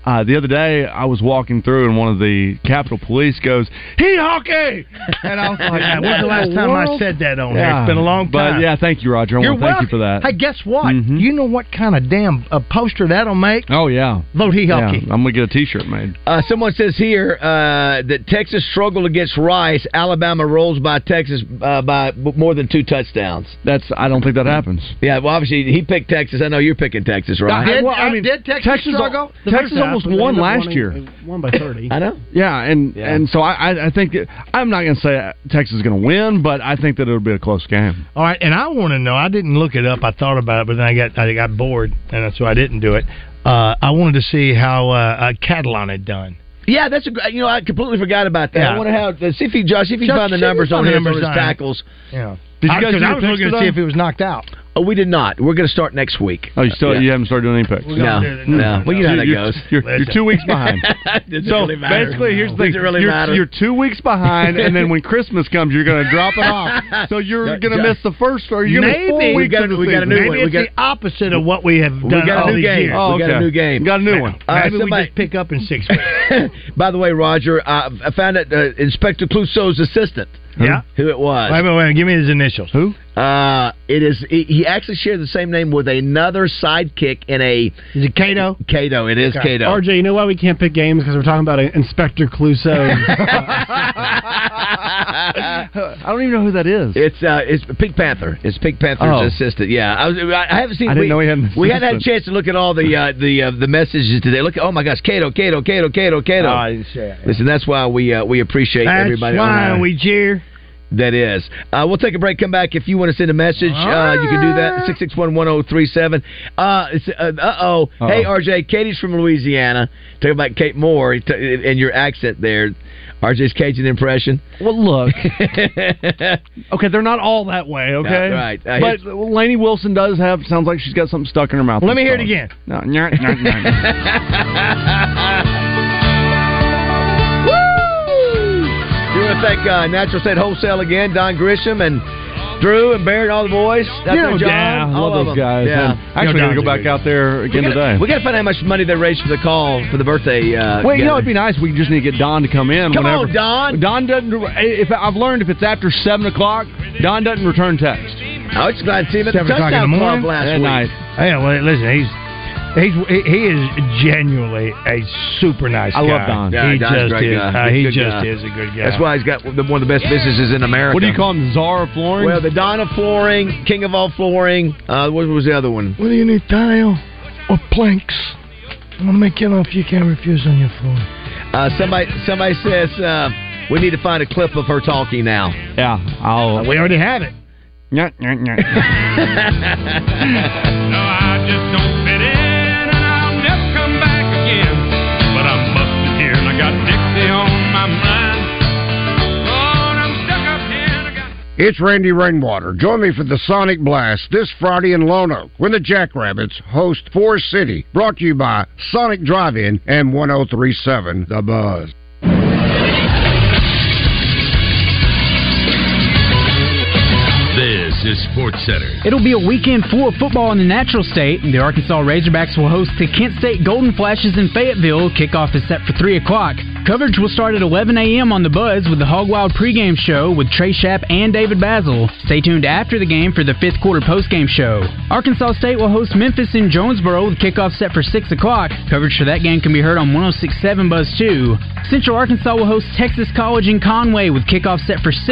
Speaker 6: Uh, the other day, I was walking through, and one of the Capitol Police goes, "He hockey," and I was like,
Speaker 7: Yeah, when's the last time I said that on here? Oh, It's been a long
Speaker 6: But
Speaker 7: time.
Speaker 6: yeah, thank you, Roger. I
Speaker 7: You're
Speaker 6: want to thank you for that.
Speaker 7: welcome. Hey, guess what?
Speaker 4: Mm-hmm.
Speaker 7: You know what kind of damn uh, poster that'll make?
Speaker 6: Oh yeah,
Speaker 7: Vote he
Speaker 6: Yeah,
Speaker 7: hockey.
Speaker 6: I'm gonna get a T-shirt made.
Speaker 4: Uh, someone says here uh, that Texas struggled against Rice. Alabama rolls by Texas uh, by b- more than two touchdowns.
Speaker 6: That's I don't think that happens.
Speaker 4: Yeah, well, obviously he picked Texas. I know you're picking Texas, right?
Speaker 6: I- well, I mean,
Speaker 7: did Texas,
Speaker 6: Texas-
Speaker 7: struggle?
Speaker 6: The Texas first half, almost but they won ended up last winning- year.
Speaker 9: One by thirty.
Speaker 4: I know.
Speaker 6: Yeah, and and so I I- I think it- I'm not gonna say Texas is gonna win, but I think that it'll be a close game.
Speaker 7: All right, and I want to know. I didn't look it up. I thought about it, but then I got I got bored, and so I didn't do it. Uh, I wanted to see how uh, uh, Catalan had done.
Speaker 4: Yeah, that's a great. You know, I completely forgot about that.
Speaker 7: Yeah.
Speaker 4: I wonder how. uh, See if you, Josh, if you
Speaker 7: Josh,
Speaker 4: find the
Speaker 7: see if you
Speaker 4: numbers
Speaker 7: find
Speaker 4: on
Speaker 7: the
Speaker 4: him or
Speaker 7: numbers
Speaker 4: his
Speaker 7: on him.
Speaker 4: tackles.
Speaker 7: Yeah.
Speaker 6: Did you
Speaker 7: I-
Speaker 6: guys
Speaker 7: 'cause
Speaker 6: do
Speaker 7: I
Speaker 6: your
Speaker 7: was
Speaker 6: picks
Speaker 7: looking to
Speaker 6: today?
Speaker 7: see if he was knocked out.
Speaker 4: Oh, we did not. We're going to start next week.
Speaker 6: Oh, you still you haven't started doing any picks?
Speaker 4: No, no. Well, you know how that
Speaker 6: You're-
Speaker 4: goes.
Speaker 6: You're, you're two weeks behind.
Speaker 4: Does (laughs) it
Speaker 6: so
Speaker 4: really matter?
Speaker 6: basically, here's the
Speaker 4: Does
Speaker 6: thing:
Speaker 4: it really
Speaker 6: you're,
Speaker 4: matter?
Speaker 6: you're two weeks behind, and then
Speaker 4: (laughs)
Speaker 6: when Christmas comes, you're going to drop it off. So you're
Speaker 4: Don't-
Speaker 6: going to
Speaker 4: don't-
Speaker 6: miss the first, or you're going to miss four
Speaker 4: Maybe. We
Speaker 6: weeks
Speaker 4: got-
Speaker 6: of the
Speaker 4: we got a
Speaker 6: season.
Speaker 4: new
Speaker 7: Maybe
Speaker 4: one. We
Speaker 7: it's
Speaker 4: got-
Speaker 7: the opposite of what we have done
Speaker 4: got a
Speaker 7: all
Speaker 4: new
Speaker 7: these
Speaker 4: game.
Speaker 7: years.
Speaker 4: Oh, we got a
Speaker 6: okay.
Speaker 4: new game.
Speaker 6: Got a new one.
Speaker 4: All right,
Speaker 7: Maybe we
Speaker 4: somebody-
Speaker 7: just pick up in
Speaker 4: (laughs)
Speaker 7: six weeks.
Speaker 4: By the way, Roger, uh, I found out uh, Inspector Clouseau's assistant.
Speaker 7: yeah.
Speaker 4: Who it was?
Speaker 7: Wait a minute, wait a minute. Give me his initials. Who?
Speaker 4: Uh, it is. He he actually shared the same name with another sidekick in a
Speaker 7: Is it Cato?
Speaker 4: Cato. It is
Speaker 7: Okay.
Speaker 4: Cato.
Speaker 9: RJ, you know why we can't pick games because we're talking about uh, Inspector Clouseau.
Speaker 6: (laughs)
Speaker 9: (laughs)
Speaker 6: I don't even know who that is.
Speaker 4: It's uh, it's Pink Panther. It's Pink Panther's
Speaker 6: Oh.
Speaker 4: assistant. Yeah, I, was, I haven't seen.
Speaker 6: I didn't
Speaker 4: we,
Speaker 6: know he had an
Speaker 4: we hadn't had a
Speaker 6: assistant.
Speaker 4: chance to look at all the uh, the uh, the messages today. Look, oh my gosh, Cato, Cato, Cato, Cato, Cato.
Speaker 6: Ah,
Speaker 4: Listen, that's why we uh, we appreciate
Speaker 7: That's
Speaker 4: everybody.
Speaker 7: why
Speaker 4: online.
Speaker 7: we jeer.
Speaker 4: That is. Uh, we'll take a break, come back. If you want to send a message, uh, you can do that. 661 1037. Uh oh. Hey, RJ, Katie's from Louisiana. Talking about Kate Moore t- and your accent there. RJ's Cajun impression.
Speaker 6: Well, look.
Speaker 4: yeah, (laughs)
Speaker 6: Okay, they're not all that way. Okay,
Speaker 4: Yeah, right. Uh,
Speaker 6: but Lainey Wilson does have. Sounds like she's got something stuck in her mouth.
Speaker 7: Let me hear it again.
Speaker 6: No, nyah, nyah, nyah.
Speaker 4: (laughs) You want to thank uh, Natural State Wholesale again, Don Grisham and Drew and Barry and all the boys. That's
Speaker 6: You know,
Speaker 4: John.
Speaker 6: yeah, I
Speaker 4: all of
Speaker 6: love those
Speaker 4: them.
Speaker 6: guys.
Speaker 4: Yeah.
Speaker 6: I'm actually going to go back out there again
Speaker 4: We gotta-
Speaker 6: today.
Speaker 4: We got to find out how much money they raised for the call for the birthday. Uh,
Speaker 6: Well, you know,
Speaker 4: gathering.
Speaker 6: it'd be nice. We just need to get Don to come in.
Speaker 4: Come
Speaker 6: whenever.
Speaker 4: on, Don.
Speaker 6: Don doesn't. If I've learned, if it's after seven o'clock, Don doesn't return text.
Speaker 4: I was glad to see him at the
Speaker 7: Seven o'clock in the
Speaker 4: touchdown club
Speaker 7: morning?
Speaker 4: last
Speaker 6: That
Speaker 4: week.
Speaker 6: night.
Speaker 7: Yeah, well, listen, he's. He's, he he is genuinely a super nice
Speaker 6: I
Speaker 7: guy.
Speaker 6: love Don.
Speaker 4: Yeah,
Speaker 7: he
Speaker 4: Don's a
Speaker 7: just
Speaker 4: great
Speaker 7: is.
Speaker 4: guy.
Speaker 7: uh,
Speaker 4: He's a
Speaker 7: he
Speaker 4: good
Speaker 7: just
Speaker 4: guy.
Speaker 7: is a good guy.
Speaker 4: That's why he's got the, one of the best businesses in America.
Speaker 6: What do you call him, Czar of Florence?
Speaker 4: Well, the Don of flooring, king of all flooring. Uh, what was the other one?
Speaker 7: Whether you need tile or planks, I'm going to make an offer you can't refuse on your floor.
Speaker 4: Uh, somebody, somebody says uh, we need to find a clip of her talking now. Uh,
Speaker 6: yeah, I'll.
Speaker 7: We already have it.
Speaker 6: Nyah, nyah, nyah.
Speaker 4: (laughs)
Speaker 10: No, I just don't fit in, and I'll never come back again. But I'm busted here, and I got Dixie on my mind. Oh, and I'm stuck up here, and I got.
Speaker 11: It's Randy Rainwater. Join me for the Sonic Blast this Friday in Lono when the Jackrabbits host Forest City. Brought to you by Sonic Drive In and 1037 The Buzz.
Speaker 1: This is Sports Center.
Speaker 12: It'll be a weekend full of football in the natural state, and the Arkansas Razorbacks will host the Kent State Golden Flashes in Fayetteville. Kickoff is set for 3 o'clock. Coverage will start at 11 a.m. on The Buzz with the Hog Wild pregame show with Trey Shapp and David Basil. Stay tuned after the game for the fifth quarter postgame show. Arkansas State will host Memphis in Jonesboro with kickoff set for 6 o'clock. Coverage for that game can be heard on 1067 Buzz 2. Central Arkansas will host Texas College in Conway with kickoff set for 6.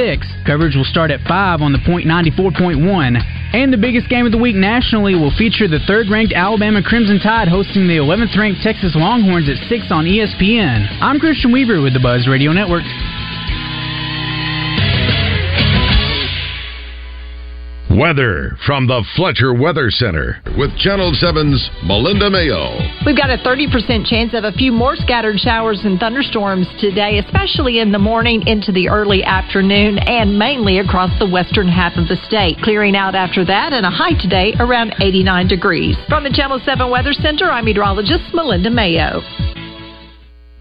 Speaker 12: Coverage will start at 5 on the point 94.1. And the biggest game of the week nationally will feature the third ranked Alabama Crimson Tide hosting the 11th ranked Texas Longhorns at 6 on E ESPN. I'm Christian Weaver with the Buzz Radio Network.
Speaker 1: Weather from the Fletcher Weather Center with Channel 7's Melinda Mayo.
Speaker 13: We've got a 30% chance of a few more scattered showers and thunderstorms today, especially in the morning into the early afternoon and mainly across the western half of the state. Clearing out after that and a high today around 89 degrees. From the Channel 7 Weather Center, I'm meteorologist Melinda Mayo.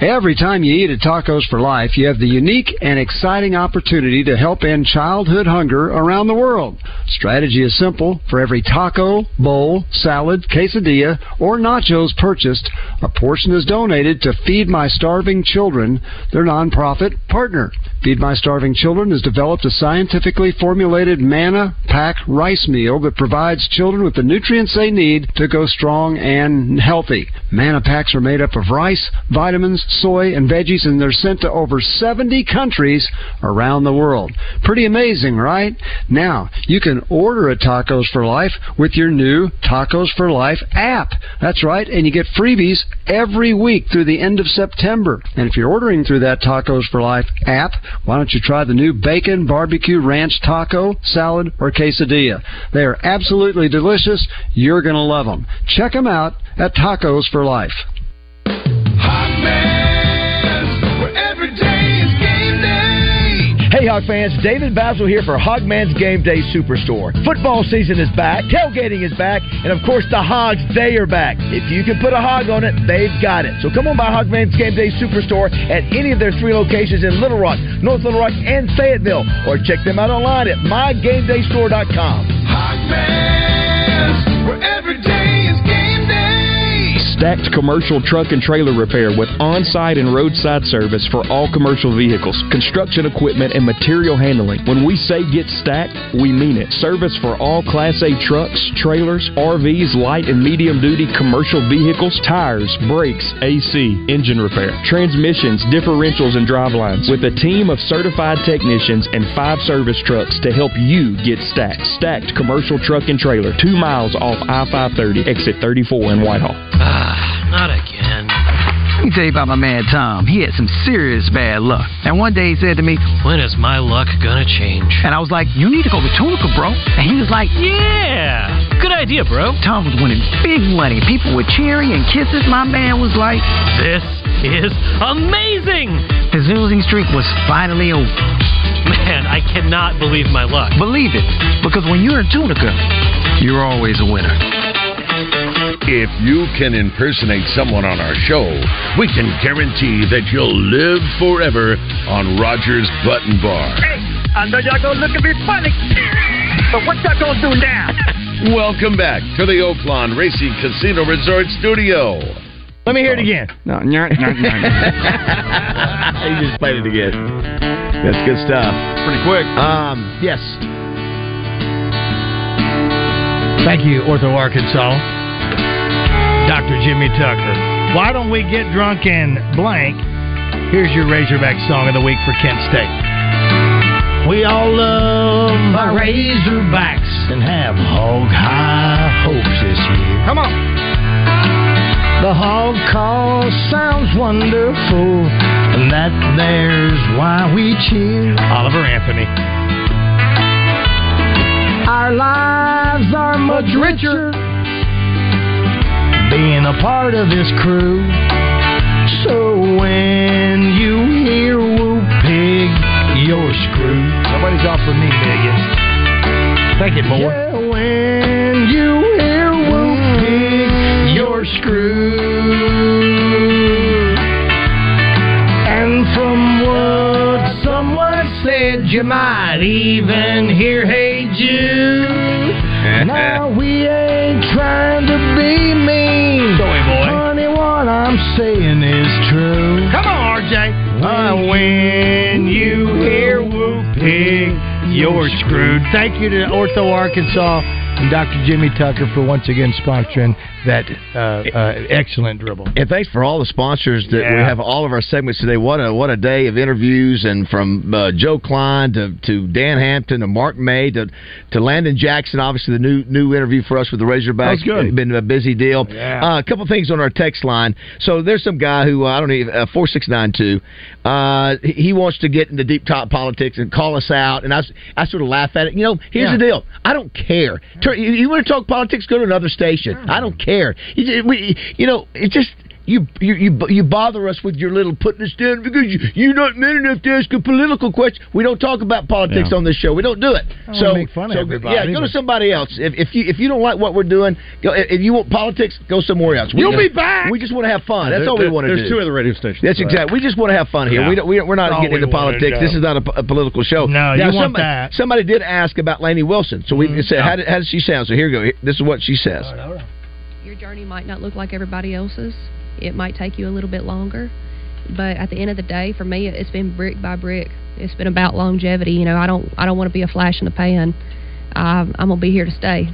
Speaker 14: Every time you eat at Tacos for Life, you have the unique and exciting opportunity to help end childhood hunger around the world. Strategy is simple. For every taco, bowl, salad, quesadilla, or nachos purchased, a portion is donated to Feed My Starving Children, their nonprofit partner. Feed My Starving Children has developed a scientifically formulated manna pack rice meal that provides children with the nutrients they need to go strong and healthy. Manna packs are made up of rice, vitamins, soy, and veggies, and they're sent to over 70 countries around the world. Pretty amazing, right? Now, you can order a Tacos for Life with your new Tacos for Life app. That's right, and you get freebies every week through the end of September. And if you're ordering through that Tacos for Life app, why don't you try the new bacon barbecue ranch taco, salad, or quesadilla? They are absolutely delicious. You're going to love them. Check them out at Tacos for Life.
Speaker 15: Hey, Hog fans, David Basil here for Hogman's Game Day Superstore. Football season is back, tailgating is back, and of course the Hogs, they are back. If you can put a hog on it, they've got it. So come on by Hogman's Game Day Superstore at any of their three locations in Little Rock, North Little Rock, and Fayetteville, or check them out online at
Speaker 4: (laughs)
Speaker 15: mygamedaystore.com.
Speaker 10: where every day is game day.
Speaker 16: Stacked commercial truck and trailer repair with on-site and roadside service for all commercial vehicles, construction equipment, and material handling. When we say get stacked, we mean it. Service for all Class A trucks, trailers, RVs, light and medium-duty commercial vehicles, tires, brakes, AC, engine repair, transmissions, differentials, and drivelines. With a team of certified technicians and five service trucks to help you get stacked. Stacked commercial truck and trailer, two miles off I-530, exit 34 in Whitehall.
Speaker 17: Ah, not again. Let me tell you about my man Tom. He had some serious bad luck. And one day he said to me, When is my luck gonna change? And I was like, You need to go to Tunica, bro. And he was like, Yeah, good idea, bro. Tom was winning big money. People were cheering and kisses. My man was like, This is amazing! His losing streak was finally over. Man, I cannot believe my luck. Believe it, because when you're in Tunica,
Speaker 1: You're always a winner. If you can impersonate someone on our show, we can guarantee that you'll live forever on Rogers Button Bar.
Speaker 2: I know y'all gonna look at me funny, but what y'all gonna do now?
Speaker 1: Welcome back to the Oakland Racing Casino Resort Studio.
Speaker 7: Let me hear it again.
Speaker 6: No, nyah, nyah,
Speaker 4: he just played it again. That's good stuff.
Speaker 6: Pretty quick.
Speaker 4: Um, yes.
Speaker 7: Thank you, Ortho Arkansas. Dr. Jimmy Tucker. Why don't we get drunk and blank? Here's your Razorback song of the week for Kent State. We all love my Razorbacks and have hog high hopes this year. Come on. The hog call sounds wonderful, and that there's why we cheer. Oliver Anthony. Our lives are much richer being a part of this crew. So when you hear Whoop Pig, you're screwed. Nobody's offering me millions. Thank you, boy. when you hear Whoop Pig, you're screwed. And from what someone said, you might even hear Hey (laughs) Jude. now we ain't trying to be mean. Honey, what I'm saying is true. Come on, RJ. Uh, when you hear Whoop Pig, you're screwed. Thank you to Ortho Arkansas and Dr. Jimmy Tucker for once again sponsoring that uh, uh, excellent dribble.
Speaker 4: And thanks for all the sponsors that we
Speaker 7: Yeah.
Speaker 4: have all of our segments today. What a what a day of interviews and from uh, Joe Klein to, to Dan Hampton to Mark May to, to Landon Jackson. Obviously, the new new interview for us with the Razorbacks.
Speaker 15: That's good.
Speaker 4: It's Been a busy deal.
Speaker 15: Yeah.
Speaker 4: Uh, a couple things on our text line. So there's some guy who uh, I don't know uh, four six nine two. Uh, he- he wants to get into deep top politics and call us out, and I s- I sort of laugh at it. You know, here's
Speaker 15: Yeah.
Speaker 4: the deal. I don't care. Turn, you you want to talk politics? Go to another station. I don't care. You, ju- we, you know, it's just. You, you you b- you bother us with your little putting us down because you, you're not man enough to ask a political question. We don't talk about politics
Speaker 15: Yeah.
Speaker 4: on this show. We don't do it.
Speaker 15: I don't
Speaker 4: so
Speaker 15: wanna make fun of
Speaker 4: so,
Speaker 15: everybody,
Speaker 4: Yeah, go to
Speaker 15: but-
Speaker 4: somebody else. If, if you if you don't like what we're doing, go, if you want politics, go somewhere else.
Speaker 15: You'll be
Speaker 4: back. We just want to have fun. That's
Speaker 15: There-
Speaker 4: all we
Speaker 15: there-
Speaker 4: want to do.
Speaker 15: there's two other
Speaker 6: radio stations.
Speaker 4: That's
Speaker 15: right?
Speaker 4: exactly. We just want to have fun here.
Speaker 15: Yeah.
Speaker 4: We don't, we don't, we're not
Speaker 15: That's all
Speaker 4: getting
Speaker 15: we
Speaker 4: into
Speaker 15: wanna
Speaker 4: politics.
Speaker 15: do.
Speaker 4: This is not a, p- a political show.
Speaker 15: No, you
Speaker 4: Now,
Speaker 15: want
Speaker 4: somebody,
Speaker 15: that. Mm-hmm. Oh.
Speaker 4: Somebody did ask about Laney Wilson, so we said, how, did, how does she sound? So here you go. Here- This is what she says.
Speaker 18: Your journey might not look like everybody else's. It might take you a little bit longer. But at the end of the day, for me, it's been brick by brick. It's been about longevity. You know, I don't, I don't want to be a flash in the pan. Uh, I'm gonna be here to stay.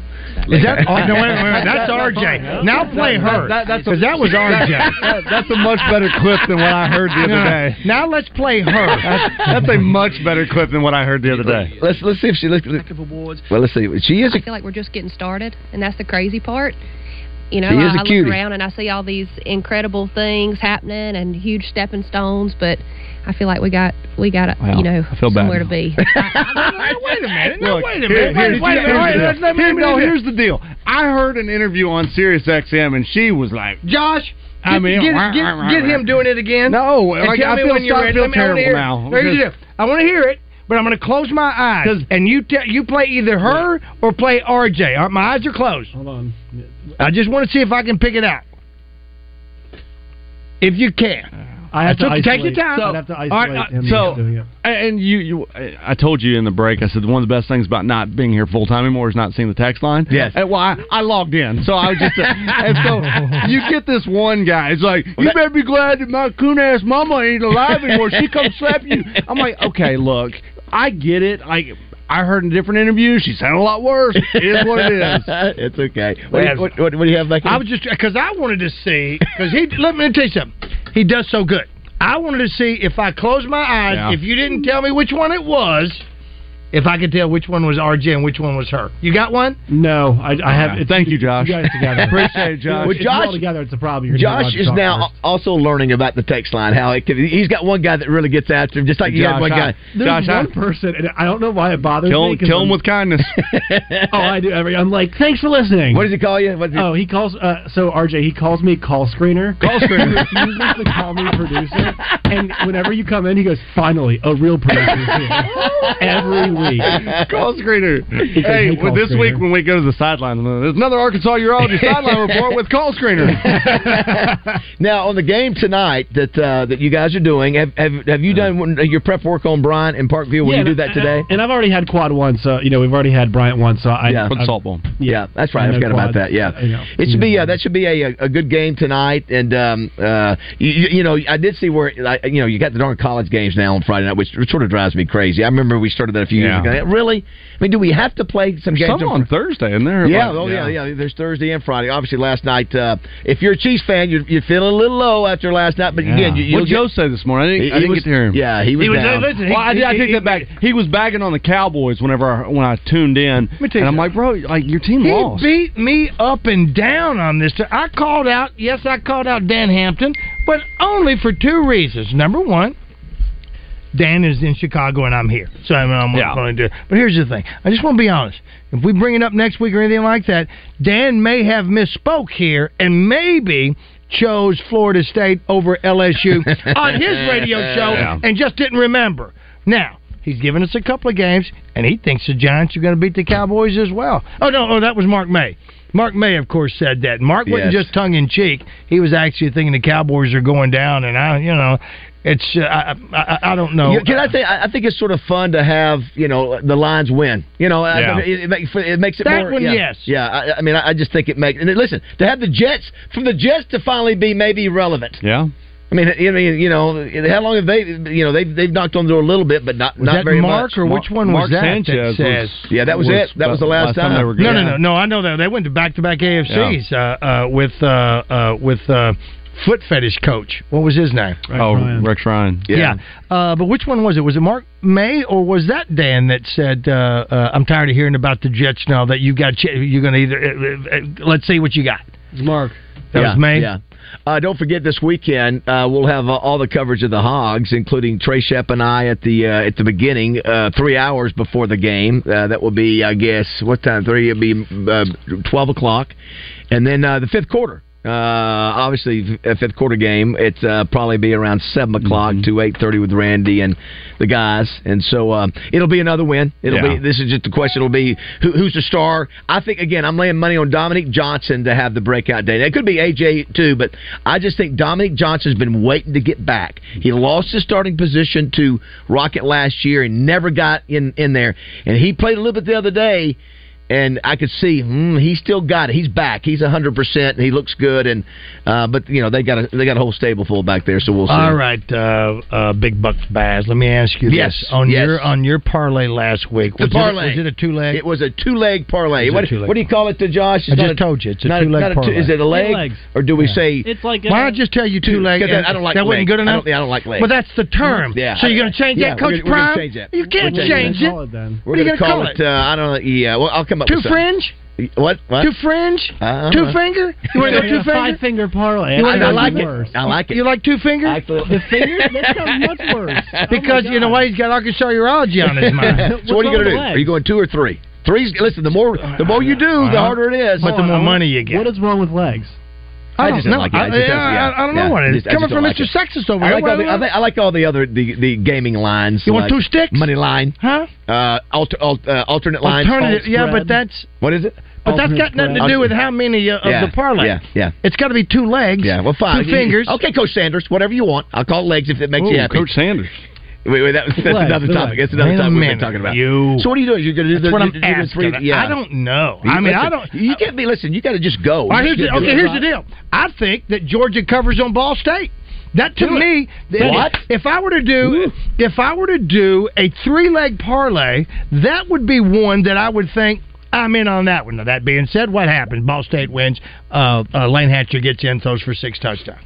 Speaker 7: Is that? Oh, no, wait, wait,
Speaker 18: (laughs)
Speaker 7: wait. That's RJ. Now play her. Because that, was RJ.
Speaker 9: that's a much better clip than what I heard the other
Speaker 7: No.
Speaker 9: day.
Speaker 7: Now let's play her.
Speaker 9: That's, that's a much better clip than what I heard the other day.
Speaker 4: Let's let's see if she looks.
Speaker 18: awards.
Speaker 4: Well, let's see. She is.
Speaker 18: I feel like we're just getting started, and that's the crazy part. You know,
Speaker 4: She
Speaker 18: I,
Speaker 4: is a
Speaker 18: I look
Speaker 4: cutie.
Speaker 18: around and I see all these incredible things happening and huge stepping stones, but I feel like we got we got
Speaker 6: Wow.
Speaker 18: you know
Speaker 6: I feel bad
Speaker 18: somewhere
Speaker 6: (laughs)
Speaker 18: to be.
Speaker 7: wait a minute.
Speaker 6: Look,
Speaker 7: wait a
Speaker 6: here-
Speaker 7: minute.
Speaker 6: here's-
Speaker 7: Wait, wait a minute. All right,
Speaker 6: here's
Speaker 7: let's-
Speaker 6: the
Speaker 7: let
Speaker 6: deal.
Speaker 7: me-
Speaker 6: Here-
Speaker 7: let me
Speaker 6: No,
Speaker 7: do
Speaker 6: here's the deal. I heard an interview on Sirius XM, and she was like,
Speaker 7: Josh,
Speaker 6: I
Speaker 7: get-
Speaker 6: mean,
Speaker 7: get,
Speaker 6: wah,
Speaker 7: get,
Speaker 6: wah, wah,
Speaker 7: get
Speaker 6: wah.
Speaker 7: him doing it again.
Speaker 6: No,
Speaker 7: and
Speaker 6: like,
Speaker 7: tell
Speaker 6: I
Speaker 7: me
Speaker 6: feel-
Speaker 7: when you're
Speaker 6: I
Speaker 7: ready.
Speaker 6: feel
Speaker 7: Let me- I wanna
Speaker 6: terrible
Speaker 7: hear it.
Speaker 6: now,
Speaker 7: Here's the
Speaker 6: because-
Speaker 7: deal. I want to hear it, but I'm going to close my eyes, and you te- you play either her or play RJ. All right, my eyes are closed. Hold on. I just want to see if I can pick it out. If you can,
Speaker 9: I have
Speaker 7: That's
Speaker 9: to
Speaker 7: okay. take
Speaker 9: isolate-
Speaker 7: your time.
Speaker 9: So- I'd have to
Speaker 7: All
Speaker 9: isolate
Speaker 7: uh,
Speaker 9: him.
Speaker 6: So,
Speaker 9: Yeah, yeah.
Speaker 6: and you, you, I told you in the break. I said one of the best things about not being here full time anymore is not seeing the text line. Yes. And, well, I, I logged in, so I was
Speaker 17: (laughs)
Speaker 6: just, uh, and so you get this one guy. It's like you better be glad that my coon ass mama ain't alive anymore. She come slap you. I'm like, okay, look, I get it. I, I heard in a different interview she sounded a lot worse. It is what it is.
Speaker 4: it's okay. What, do you- (laughs) what, what, what do you have back here?
Speaker 7: I was just because I wanted to see because he let me tell you something. He does so good. I wanted to see if I closed my eyes,
Speaker 15: Yeah.
Speaker 7: if you didn't tell me which one it was, if I could tell which one was RJ and which one was her. You got one?
Speaker 9: No, I, I have.
Speaker 7: Okay.
Speaker 9: it.
Speaker 6: Thank you, Josh.
Speaker 9: You guys together.
Speaker 6: Appreciate it, Josh.
Speaker 9: Well,
Speaker 6: Well,
Speaker 9: if
Speaker 6: Josh-
Speaker 9: Josh all together, it's a problem. You're
Speaker 4: Josh is now also learning about the text line. How it can, he's got one guy that really gets after him, just like you had one guy.
Speaker 9: There's one person, and I don't know why it bothers
Speaker 4: Kill
Speaker 9: me.
Speaker 4: him-
Speaker 9: 'cause
Speaker 4: kill him
Speaker 9: I'm-
Speaker 4: with
Speaker 6: kindness.
Speaker 9: (laughs) oh, I do every. I'm like, thanks for listening. What
Speaker 4: does he call you?
Speaker 9: oh, he calls. Uh, so RJ, he calls me call screener.
Speaker 6: Call screener.
Speaker 9: he refuses to call me producer. And (laughs) whenever you come in, he goes, "Finally, a real producer." is here." every week.
Speaker 6: Call screener.
Speaker 9: He said,
Speaker 6: Hey,
Speaker 9: "Hey,
Speaker 6: well,
Speaker 9: call
Speaker 6: this
Speaker 9: screener."
Speaker 6: week when we go to the sideline, there's another Arkansas Urology sideline report with call screener.
Speaker 4: Now on the game tonight that uh, that you guys are doing, have have, have you done one- your prep work on Brian and Parkview? Will
Speaker 9: Yeah,
Speaker 4: you do
Speaker 9: and I-
Speaker 4: that today?
Speaker 9: And I've already had quad one, so you know we've already had Bryant one, so I
Speaker 4: Yeah. Put
Speaker 9: I've-
Speaker 4: salt
Speaker 6: bomb.
Speaker 4: Yeah, that's right.
Speaker 9: I
Speaker 4: I
Speaker 9: know
Speaker 4: forgot about
Speaker 9: quads,
Speaker 4: that. Yeah,
Speaker 9: you know.
Speaker 4: it should be. Yeah, that should be a, a good game tonight. And um, uh, you, you you know, I did see where I, you know you got the darn college games now on Friday night, which sort of drives me crazy. I remember we started that a few
Speaker 6: Yeah.
Speaker 4: years ago. Really? I mean, do we have to play some games
Speaker 6: Some on Thursday, and there.
Speaker 4: Yeah,
Speaker 6: Like,
Speaker 4: oh yeah, yeah, There's Thursday and Friday. Obviously, last night. Uh, if you're a Chiefs fan, you're, you're feeling a little low after last night. But again, you, you'll
Speaker 6: what Joe say this morning? I didn't,
Speaker 4: He-
Speaker 6: I
Speaker 4: he
Speaker 6: didn't
Speaker 4: was-
Speaker 6: get to hear him.
Speaker 4: yeah, he was He was- down. listen, he-
Speaker 6: well, I, did, I
Speaker 4: he-
Speaker 6: take
Speaker 4: he-
Speaker 6: that back. He was bagging on the Cowboys whenever I, when I tuned in,
Speaker 7: me
Speaker 6: and
Speaker 7: tell you
Speaker 6: I'm like, bro, like your team
Speaker 7: He
Speaker 6: lost.
Speaker 7: beat me up and down on this. I called out. Yes, I called out Dan Hampton, but only for two reasons. Number one. Dan is in Chicago and I'm here, so I'm, I'm going to do. But here's the thing: I just want to be honest. If we bring it up next week or anything like that, Dan may have misspoke here and maybe chose Florida State over
Speaker 6: (laughs)
Speaker 7: LSU on his radio show
Speaker 15: Yeah.
Speaker 7: and just didn't remember. Now he's given us a couple of games, and he thinks the Giants are going to beat the Cowboys as well. Oh no! Oh, that was Mark May. Mark May, of course, said that. Mark wasn't
Speaker 15: Yes.
Speaker 7: just tongue in cheek. He was actually thinking the Cowboys are going down, and I, you know, it's uh, I, I, I don't know.
Speaker 4: You- can I say? I I think it's sort of fun to have you know the Lions win. You know, I-
Speaker 7: Yeah.
Speaker 4: it, it, makes, it makes it
Speaker 7: That
Speaker 4: more.
Speaker 7: one,
Speaker 4: yeah,
Speaker 7: yes.
Speaker 4: Yeah, I, I mean, I I just think it makes. And listen, to have the Jets from the Jets to finally be maybe relevant.
Speaker 6: Yeah.
Speaker 4: I mean, I mean, you know, how long have they? You know, they've they've knocked on the door a little bit, but not
Speaker 7: Was
Speaker 4: not
Speaker 7: that
Speaker 4: very
Speaker 7: Mark,
Speaker 4: much.
Speaker 7: or which one was Mark that that Sanchez says- was-
Speaker 4: yeah, that was,
Speaker 7: was
Speaker 4: it. That was the last, time.
Speaker 7: no, no, no, no. I know that they went to back-to-back AFCs uh, uh, with uh, uh, with uh, foot fetish coach. What was his name?
Speaker 6: oh, Rex Ryan.
Speaker 7: Yeah. Uh, but which one was it? Was it Mark May or was that Dan that said, uh, uh, "I'm tired of hearing about the Jets now that you got ch- you're going to either uh, uh, uh, let's see what you got."
Speaker 9: Mark.
Speaker 7: That
Speaker 4: yeah,
Speaker 7: was May.
Speaker 4: Yeah. Uh, don't forget this weekend uh, we'll have uh, all the coverage of the Hogs, including Trey Shep and I at the uh, at the beginning, uh, three hours before the game. Uh, that will be, I guess, what time? Three? It'll be uh, twelve o'clock, and then uh, the fifth quarter. Uh, obviously, a fifth quarter game. It's uh, probably be around seven o'clock
Speaker 7: Mm-hmm.
Speaker 4: to eight thirty with Randy and the guys, and so um, it'll be another win. It'll
Speaker 6: Yeah.
Speaker 4: be this is just the question. It'll be who, who's the star. I think again, I'm laying money on Dominic Johnson to have the breakout day. That could be AJ too, but I just think Dominic Johnson's been waiting to get back. He lost his starting position to Rocket last year and never got in in there. And he played a little bit the other day. And I could see mm, he's still got it. He's back. He's hundred percent. He looks good. And uh, but you know they got a they got a whole stable full back there. So we'll see.
Speaker 7: All right, uh, uh, Big Bucks Baz. Let me ask you
Speaker 4: Yes,
Speaker 7: this: on
Speaker 4: yes.
Speaker 7: your on your parlay last week,
Speaker 4: The
Speaker 7: was
Speaker 4: parlay.
Speaker 7: It, was it a two leg?
Speaker 4: It was a two leg parlay.
Speaker 7: It was a
Speaker 4: What,
Speaker 7: two-leg
Speaker 4: what do you call it, to Josh?
Speaker 7: I
Speaker 4: not
Speaker 7: just told you, it's a
Speaker 4: not
Speaker 7: two-leg
Speaker 4: not a
Speaker 7: parlay.
Speaker 4: Is it a
Speaker 7: Two
Speaker 4: leg,
Speaker 7: legs.
Speaker 4: or do we
Speaker 7: Yeah.
Speaker 4: say
Speaker 7: It's like, Why not just tell you two leg?
Speaker 4: 'Cause I don't like
Speaker 7: that
Speaker 4: leg.
Speaker 7: wasn't good
Speaker 4: I
Speaker 7: enough.
Speaker 4: don't- I don't like leg.
Speaker 7: Well, that's the term.
Speaker 4: Yeah,
Speaker 7: so
Speaker 4: I-
Speaker 7: you're going to change
Speaker 4: yeah,
Speaker 7: that,
Speaker 4: we're
Speaker 7: Coach
Speaker 4: gonna- we're gonna
Speaker 7: Prime?
Speaker 4: change that.
Speaker 7: You can't
Speaker 4: We're gonna
Speaker 7: change
Speaker 4: change it.
Speaker 7: it.
Speaker 4: Call it
Speaker 9: then.
Speaker 4: We're
Speaker 7: What are you
Speaker 4: gonna
Speaker 7: gonna
Speaker 4: call
Speaker 7: call
Speaker 4: it. Uh, I don't know. Yeah, well, I'll come up
Speaker 7: Two
Speaker 4: with
Speaker 7: fringe?
Speaker 4: Something. What? What?
Speaker 7: Two fringe?
Speaker 4: Uh,
Speaker 7: Two finger? You want to go two finger?
Speaker 9: Five finger parlay.
Speaker 7: You wanna
Speaker 9: I
Speaker 7: go
Speaker 9: like
Speaker 7: two-
Speaker 9: it worse.
Speaker 4: I like it.
Speaker 7: You like two finger?
Speaker 9: The
Speaker 4: (laughs)
Speaker 9: finger? That sounds much worse.
Speaker 7: because you know why he's got Arkansas urology on his mind.
Speaker 4: (laughs) so what are you gonna do? Are you going two or three? Three's. Listen, the more the more you do, the
Speaker 7: Uh-huh.
Speaker 4: harder it is.
Speaker 7: But the more money you get.
Speaker 9: What is wrong with legs?
Speaker 4: I
Speaker 7: don't
Speaker 4: just don't
Speaker 7: know.
Speaker 4: like it. I
Speaker 7: I,
Speaker 4: just don't-
Speaker 7: yeah, I- I don't know
Speaker 4: yeah,
Speaker 7: what it is.
Speaker 4: just- I
Speaker 7: Coming
Speaker 4: just don't
Speaker 7: from
Speaker 4: like
Speaker 7: Mr.
Speaker 4: it.
Speaker 7: Sexist over
Speaker 4: I
Speaker 7: here,
Speaker 4: like,
Speaker 7: what
Speaker 4: all the,
Speaker 7: do I-
Speaker 4: I, think- I like all the other the, the gaming lines.
Speaker 7: You want
Speaker 4: like
Speaker 7: two sticks?
Speaker 4: Money line,
Speaker 7: huh?
Speaker 4: Uh, alter, al- uh, alternate lines.
Speaker 7: Alternative,
Speaker 4: false
Speaker 7: yeah, but
Speaker 4: spread.
Speaker 7: that's
Speaker 4: what is it?
Speaker 7: but that's got nothing to do with how many uh, of
Speaker 4: Oh, Yeah,
Speaker 7: the parlay.
Speaker 4: Yeah, yeah.
Speaker 7: It's got to be two legs.
Speaker 4: Yeah, well, fine.
Speaker 7: Two fingers.
Speaker 4: Okay, Coach Sanders, whatever you want. I'll call legs if it makes
Speaker 7: Ooh,
Speaker 4: you happy.
Speaker 7: Coach
Speaker 6: Sanders.
Speaker 4: Wait, wait, that, that's
Speaker 7: Legs,
Speaker 4: another
Speaker 7: legs.
Speaker 4: topic. That's another
Speaker 7: Wait a
Speaker 4: topic we've been
Speaker 7: minute,
Speaker 4: talking about.
Speaker 7: you.
Speaker 4: So what are you doing? You're going to do the,
Speaker 7: That's what
Speaker 4: you-
Speaker 7: I'm
Speaker 4: you do the
Speaker 7: asking.
Speaker 4: three. Yeah.
Speaker 7: I don't know.
Speaker 4: You-
Speaker 7: I mean,
Speaker 4: listen,
Speaker 7: I don't.
Speaker 4: You can't be. Listen, you got to just go.
Speaker 7: All right,
Speaker 4: Oh, You
Speaker 7: here's the,
Speaker 4: just
Speaker 7: okay,
Speaker 4: get-
Speaker 7: here's the deal. I think that Georgia covers on Ball State. That to
Speaker 4: Do it.
Speaker 7: me, that-
Speaker 4: What?
Speaker 7: if I were to do if I were to do a three leg parlay, that would be one that I would think I'm in on that one. Now that being said, what happens? Ball State wins. Uh, uh, Lane Hatcher gets in, throws for six touchdowns.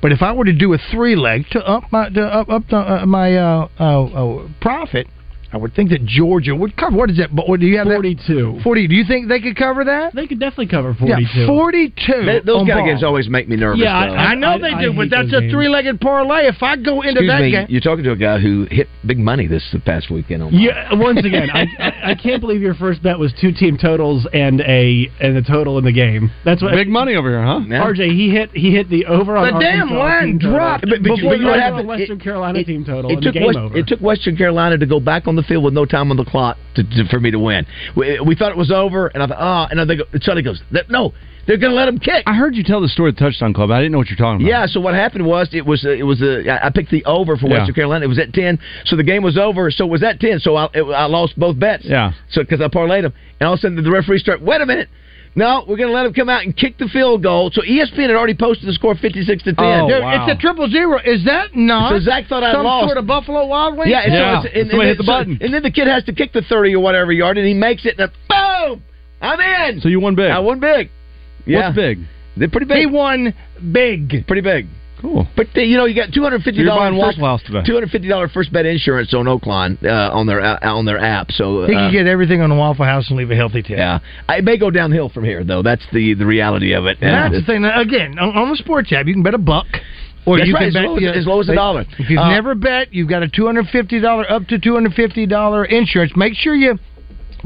Speaker 7: But if I were to do a three leg to up my to up up the, uh, my uh, uh, uh, profit, I would think that Georgia would cover. What is that? But what do you have? Forty
Speaker 9: two.
Speaker 7: Forty. Do you think they could cover that?
Speaker 9: They could definitely cover
Speaker 7: Yeah,
Speaker 9: 42.
Speaker 7: forty-two.
Speaker 4: Th- those
Speaker 7: on
Speaker 4: kind of
Speaker 7: ball.
Speaker 4: games always make me nervous.
Speaker 7: Yeah, I,
Speaker 4: though.
Speaker 7: I know they do, but that's a three-legged parlay. If I go into
Speaker 4: Excuse
Speaker 7: that
Speaker 4: me,
Speaker 7: game,
Speaker 4: you're talking to a guy who hit big money this the past weekend. On
Speaker 9: Yeah. Once again, I, I, I can't believe your first bet was two team totals and a and a total in the game. That's what
Speaker 6: Big money over here, huh?
Speaker 9: RJ he hit he hit the over on
Speaker 6: The damn
Speaker 9: Arkansas
Speaker 6: line
Speaker 9: team total.
Speaker 6: dropped
Speaker 4: But- but you-
Speaker 9: before
Speaker 4: but you know what
Speaker 9: the
Speaker 4: happened?
Speaker 9: Western Carolina team total
Speaker 4: It
Speaker 9: and the
Speaker 4: took,
Speaker 9: game
Speaker 4: West,
Speaker 9: over.
Speaker 4: it took Western Carolina to go back on the field with no time on the clock to, to, for me to win. We, we thought it was over, and I thought, ah, and I think Sonny goes, "That- no, they're going to let him kick.
Speaker 6: I heard you tell the story of the Touchdown Club. I didn't know what you're talking about.
Speaker 4: Yeah, so what happened was it was uh, it was uh, I I picked the over for
Speaker 6: Yeah.
Speaker 4: Western Carolina. It was at ten, so the game was over. So it was at ten, so I it, I lost both bets.
Speaker 6: Yeah.
Speaker 4: So because I parlayed them, and all of a sudden the referee started. Wait a minute. No, we're going to let him come out and kick the field goal. So E ESPN had already posted the score fifty-six to ten.
Speaker 6: Oh,
Speaker 7: Dude, it's a triple zero. Is that not?
Speaker 4: oh, So Zach thought I
Speaker 7: some
Speaker 4: lost.
Speaker 7: sort of Buffalo Wild Wings.
Speaker 4: Yeah, and so it's, and, and then- so- and then the kid has to kick the thirty or whatever yard, and he makes it, and then, boom, I'm in. So
Speaker 6: you won big. I
Speaker 4: won big. Yeah.
Speaker 6: What's big?
Speaker 4: They're pretty big. He
Speaker 7: won big.
Speaker 4: Pretty big.
Speaker 6: Cool.
Speaker 4: But uh, you know, you got two hundred fifty
Speaker 6: You're buying
Speaker 4: dollars
Speaker 6: Waffle House today.
Speaker 4: Two hundred fifty dollars first bet insurance on Oakland uh, on their uh, on their app. So uh,
Speaker 7: He could get everything on the Waffle House and leave a healthy tip.
Speaker 4: yeah, I it may go downhill from here though. That's the the reality of it.
Speaker 7: That's
Speaker 4: Uh,
Speaker 7: (laughs) the thing. Now, Again, on, on the sports app, you can bet a buck. Or
Speaker 4: That's
Speaker 7: you
Speaker 4: right,
Speaker 7: can
Speaker 4: as
Speaker 7: bet
Speaker 4: low as- as low as a dollar.
Speaker 7: If you've
Speaker 4: Uh,
Speaker 7: never bet, you've got a two hundred fifty dollar up to two hundred fifty dollar insurance. Make sure you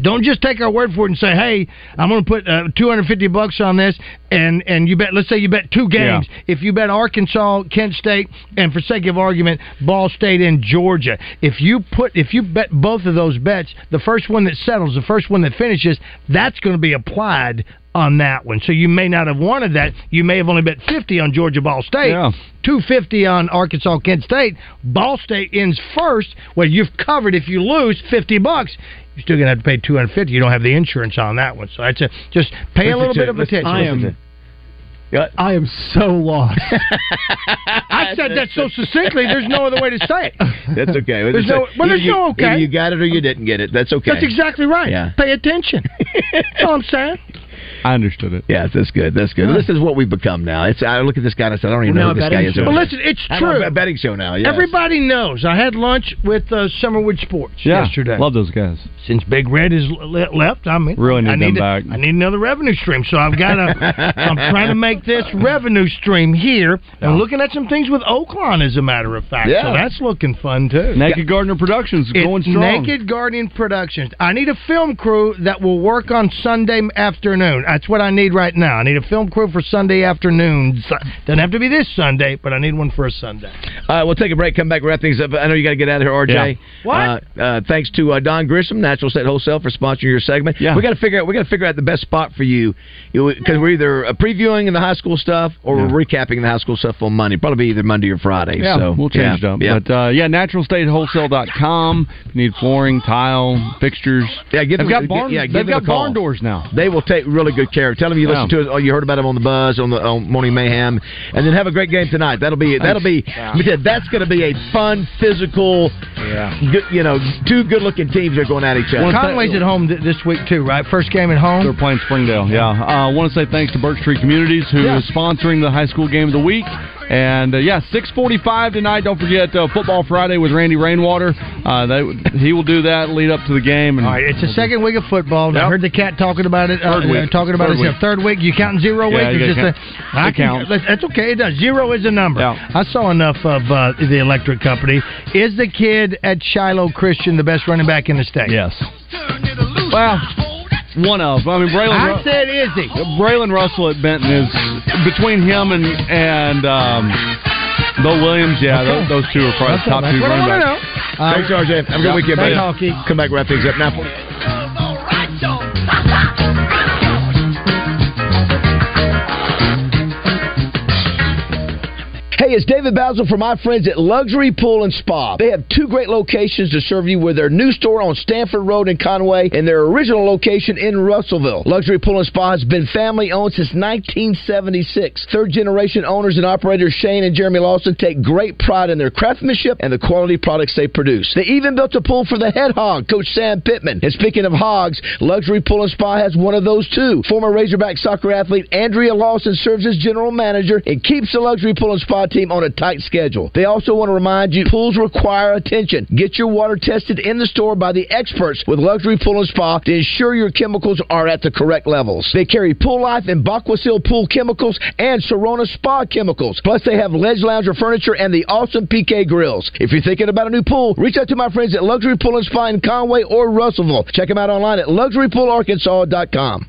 Speaker 7: don't just take our word for it and say, "Hey, I'm going to put uh, two hundred fifty bucks on this," and and you bet. Let's say you bet two games. If you bet Arkansas, Kent State, and for sake of argument, Ball State and Georgia. If you put if you bet both of those bets, the first one that settles, the first one that finishes, that's going to be applied on that one. So you may not have wanted that. You may have only bet 50 on Georgia Ball State, 250 on Arkansas Kent State. Ball State ends first. Well, you've covered if you lose 50 bucks. You're still going to have to pay 250. You don't have the insurance on that one. So that's a just pay a
Speaker 4: Listen
Speaker 7: little
Speaker 4: to
Speaker 7: bit
Speaker 4: it.
Speaker 7: of
Speaker 4: Listen-
Speaker 7: attention.
Speaker 4: listen to it.
Speaker 9: I am so
Speaker 4: (laughs)
Speaker 9: lost.
Speaker 7: I said that so succinctly. There's no other way to say it.
Speaker 4: That's (laughs) okay.
Speaker 7: There's no-
Speaker 4: Either
Speaker 7: well, there's
Speaker 4: you,
Speaker 7: no
Speaker 4: either
Speaker 7: okay.
Speaker 4: You got it or you didn't get it. That's okay.
Speaker 7: That's exactly right.
Speaker 4: Yeah.
Speaker 7: Pay attention. That's all I'm saying.
Speaker 4: I understood it. Yes, that's good. That's good. This is what we've become now. It's I look at this guy and I said, I don't even know who this guy is.
Speaker 7: Well, listen, it's
Speaker 4: I'm
Speaker 7: true.
Speaker 4: on a betting show now. Yes.
Speaker 7: Everybody knows. I had lunch with uh, Summerwood Sports yesterday.
Speaker 6: Love those guys.
Speaker 7: Since Big Red is le- left, I mean,
Speaker 6: Really need
Speaker 7: I
Speaker 6: them
Speaker 7: need, a-
Speaker 6: back.
Speaker 7: I need another revenue stream, so I've
Speaker 4: (laughs)
Speaker 7: got to. I'm trying to make this revenue stream here. I'm looking at some things with Oakland, as a matter of fact.
Speaker 6: Yeah.
Speaker 7: So that's looking fun too.
Speaker 6: Naked Gardener Productions
Speaker 7: It-
Speaker 6: going strong.
Speaker 7: Naked Guardian Productions. I need a film crew that will work on Sunday afternoon. That's what I need right now. I need a film crew for Sunday afternoons. Doesn't have to be this Sunday, but I need one for a Sunday.
Speaker 4: All right, we'll take a break, come back, wrap things up. I know you got to get out of here, RJ.
Speaker 7: Yeah. What?
Speaker 4: Uh, uh, thanks to uh, Don Grissom, Natural State Wholesale, for sponsoring your segment. Yeah. We got to figure out. We got to figure out the best spot for you, because we're either uh, previewing the high school stuff or we're recapping the high school stuff on Monday. Probably be either Monday or Friday.
Speaker 6: Yeah,
Speaker 4: so
Speaker 6: we'll change
Speaker 4: yeah,
Speaker 6: it up.
Speaker 4: Yeah.
Speaker 6: But uh, yeah, naturalstatewholesale.com. If you need flooring, tile, fixtures.
Speaker 4: Yeah, give
Speaker 6: they've
Speaker 4: them-
Speaker 6: got barn,
Speaker 4: yeah, give
Speaker 6: they've
Speaker 4: them a
Speaker 6: got
Speaker 4: call.
Speaker 6: barn doors now.
Speaker 4: They will take really good care. Tell them you listened
Speaker 6: Yeah.
Speaker 4: to us. Oh, you heard about them on the buzz on the on Morning Mayhem, and then have a great game tonight. That'll be that'll be.
Speaker 6: Yeah.
Speaker 4: we said That's going to be a fun, physical.
Speaker 6: Yeah.
Speaker 4: Good, you know, two good-looking teams are going at each other.
Speaker 7: Conway's at home th- this week too, right? First game at home. They're
Speaker 6: playing Springdale. Yeah, I uh, want to say thanks to Birch Tree Communities who is
Speaker 7: Yeah.
Speaker 6: sponsoring the high school game of the week. And uh, yeah, six forty-five tonight. Don't forget uh, Football Friday with Randy Rainwater. Uh, they, he will do that lead up to the game. And
Speaker 7: All right, it's the second week of football. and I heard the cat talking about it. uh,
Speaker 6: Third week.
Speaker 7: Talking about
Speaker 6: Third
Speaker 7: it.
Speaker 6: week.
Speaker 7: Third week. You counting zero
Speaker 6: Yeah,
Speaker 7: weeks?
Speaker 6: you
Speaker 7: or
Speaker 6: gotta
Speaker 7: just a,
Speaker 6: count.
Speaker 7: I
Speaker 6: It counts.
Speaker 7: Can, that's okay. It does. Zero is a number. I saw enough of uh, the electric company. Is the kid at Shiloh Christian the best running back in the state?
Speaker 6: Yes. Well, one of. I mean, Braylon.
Speaker 7: I
Speaker 6: Ru-
Speaker 7: said, is he?
Speaker 6: Braylon Russell at Benton is between him and and um, Bo Williams. Yeah,
Speaker 4: Okay.
Speaker 6: tho- those, two are probably the top two running backs.
Speaker 4: Thanks, RJ. Have a good weekend, buddy. Come back, wrap things up now. Hey, it's David Basil for my friends at Luxury Pool and Spa. They have two great locations to serve you with their new store on Stanford Road in Conway and their original location in Russellville. Luxury Pool and Spa has been family owned since 1976. Third generation owners and operators Shane and Jeremy Lawson take great pride in their craftsmanship and the quality products they produce. They even built a pool for the head hog, Coach Sam Pittman. And speaking of hogs, Luxury Pool and Spa has one of those too. Former Razorback soccer athlete Andrea Lawson serves as general manager and keeps the Luxury Pool and Spa team on a tight schedule. They also want to remind you pools require attention. Get your water tested in the store by the experts with Luxury Pool and Spa to ensure your chemicals are at the correct levels. They carry Pool Life and Bacquasil pool chemicals and Sorona spa chemicals. Plus, they have Ledge Lounger furniture and the awesome PK grills. If you're thinking about a new pool, reach out to my friends at Luxury Pool and Spa in Conway or Russellville. Check them out online at luxurypoolarkansas.com.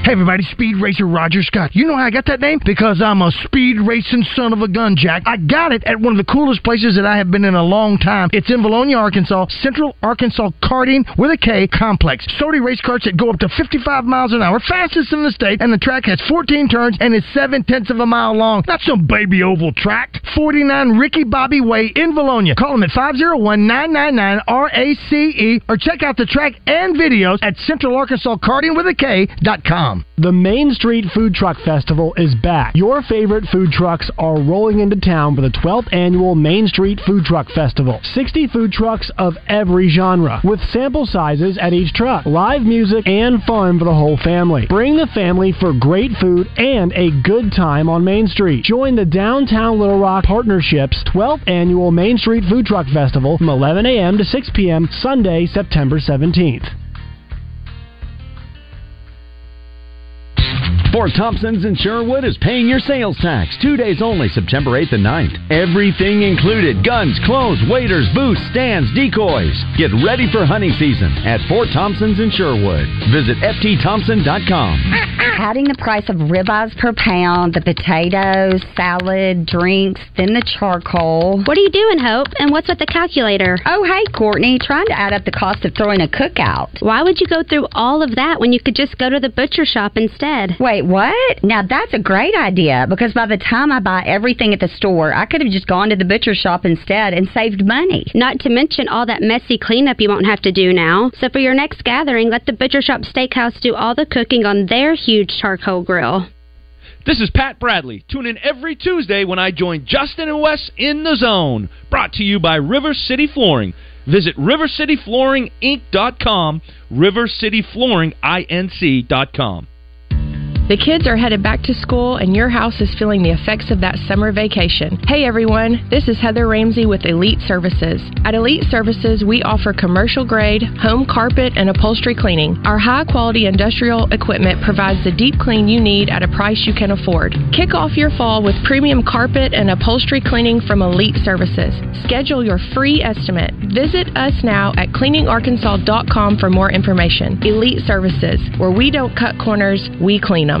Speaker 7: Hey everybody, Speed Racer Roger Scott. You know how I got that name? Because I'm a speed racing son of a gun, Jack. I got it at one of the coolest places that I have been in a long time. It's in Valonia, Arkansas, Central Arkansas Karting with a K Complex. Sody race carts that go up to 55 miles an hour, fastest in the state, and the track has 14 turns and is 7 tenths of a mile long. Not some baby oval track. 49 Ricky Bobby Way in Valonia. Call them at 501-999-RACE E or check out the track and videos at Central Arkansas Karting with a K dot com.
Speaker 9: The Main Street Food Truck Festival is back. Your favorite food trucks are rolling into town for the 12th annual Main Street Food Truck Festival. 60 food trucks of every genre, with sample sizes at each truck, live music, and fun for the whole family. Bring the family for great food and a good time on Main Street. Join the Downtown Little Rock Partnership's 12th annual Main Street Food Truck Festival from 11 a.m. to 6 p.m. Sunday, September 17th.
Speaker 19: Fort Thompson's in Sherwood is paying your sales tax. Two days only, September 8th and 9th. Everything included guns, clothes, waiters, booths, stands, decoys. Get ready for hunting season at Fort Thompson's in Sherwood. Visit ftthompson.com.
Speaker 20: Adding the price of ribeyes per pound, the potatoes, salad, drinks, then the charcoal. What are you doing, Hope? And what's with the calculator? Oh, hey, Courtney, trying to add up the cost of throwing a cookout. Why would you go through all of that when you could just go to the butcher shop instead? Wait, what? Now that's a great idea because by the time I buy everything at the store, I could have just gone to the butcher shop instead and saved money.
Speaker 21: Not to mention all that messy cleanup you won't have to do now. So for your next gathering, let the Butcher Shop Steakhouse do all the cooking on their huge charcoal grill.
Speaker 22: This is Pat Bradley. Tune in every Tuesday when I join Justin and Wes in the zone. Brought to you by River City Flooring. Visit rivercityflooringinc.com, rivercityflooringinc.com.
Speaker 23: The kids are headed back to school, and your house is feeling the effects of that summer vacation. Hey everyone, this is Heather Ramsey with Elite Services. At Elite Services, we offer commercial grade, home carpet, and upholstery cleaning. Our high quality industrial equipment provides the deep clean you need at a price you can afford. Kick off your fall with premium carpet and upholstery cleaning from Elite Services. Schedule your free estimate. Visit us now at cleaningarkansas.com for more information. Elite Services, where we don't cut corners, we clean them.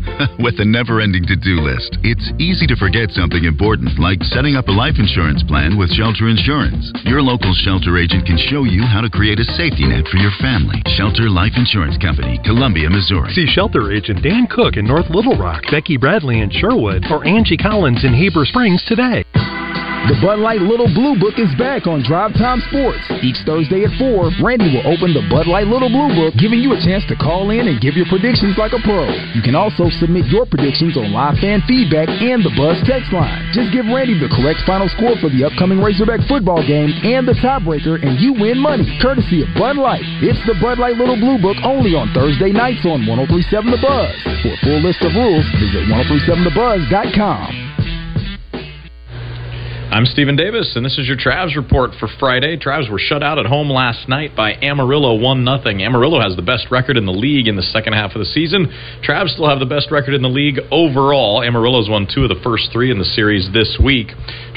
Speaker 24: (laughs) With a never ending to do list, it's easy to forget something important like setting up a life insurance plan with Shelter Insurance. Your local shelter agent can show you how to create a safety net for your family. Shelter Life Insurance Company, Columbia, Missouri.
Speaker 25: See Shelter Agent Dan Cook in North Little Rock, Becky Bradley in Sherwood, or Angie Collins in Heber Springs today.
Speaker 26: The Bud Light Little Blue Book is back on Drive Time Sports. Each Thursday at 4, Randy will open the Bud Light Little Blue Book, giving you a chance to call in and give your predictions like a pro. You can also submit your predictions on live fan feedback and the Buzz text line. Just give Randy the correct final score for the upcoming Razorback football game and the tiebreaker, and you win money, courtesy of Bud Light. It's the Bud Light Little Blue Book only on Thursday nights on 1037 The Buzz. For a full list of rules, visit 1037thebuzz.com.
Speaker 27: I'm Stephen Davis, and this is your Travs report for Friday. Travs were shut out at home last night by Amarillo 1 0. Amarillo has the best record in the league in the second half of the season. Travs still have the best record in the league overall. Amarillo's won two of the first three in the series this week.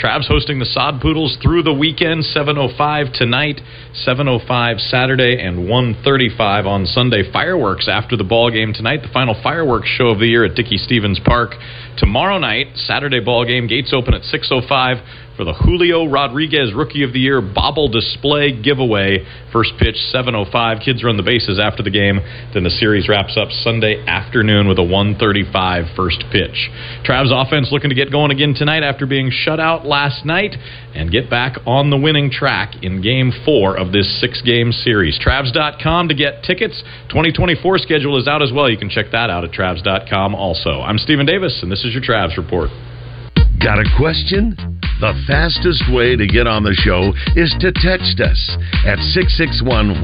Speaker 27: Travs hosting the Sod Poodles through the weekend, 7:05 tonight, 7:05 Saturday, and 1:35 on Sunday. Fireworks after the ball game tonight. The final fireworks show of the year at Dickey Stevens Park tomorrow night. Saturday ball game. Gates open at 6:05 for the Julio Rodriguez Rookie of the Year Bobble Display Giveaway. First pitch, 7.05. Kids run the bases after the game. Then the series wraps up Sunday afternoon with a 1.35 first pitch. Trav's offense looking to get going again tonight after being shut out last night and get back on the winning track in game four of this six-game series. Travs.com to get tickets. 2024 schedule is out as well. You can check that out at Travs.com also. I'm Stephen Davis, and this is your Travs Report.
Speaker 1: Got a question? The fastest way to get on the show is to text us at 661 1037.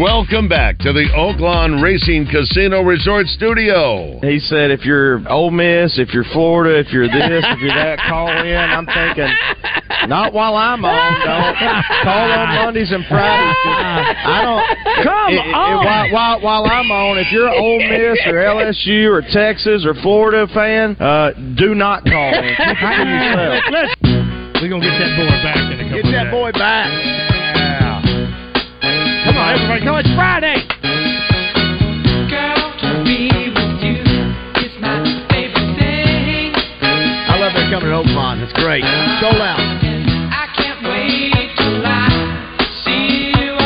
Speaker 1: Welcome back to the Oaklawn Racing Casino Resort Studio.
Speaker 28: He said, if you're Ole Miss, if you're Florida, if you're this, if you're
Speaker 17: (laughs)
Speaker 28: that, call in. I'm thinking, not while I'm on. do call on Mondays and Fridays. I don't.
Speaker 2: Come
Speaker 28: it- it- it-
Speaker 2: on.
Speaker 28: while, while, while I'm on, if you're Ole Miss or LSU or Texas or Florida fan, uh, do not call
Speaker 4: (laughs)
Speaker 28: in. Keep it to yourself.
Speaker 2: We're going to get that boy back in a couple Get that boy back. Come on, everybody. Come on, it's Friday.
Speaker 4: I love that coming to Oakmont. It's great. Sold out.
Speaker 17: Uh-huh.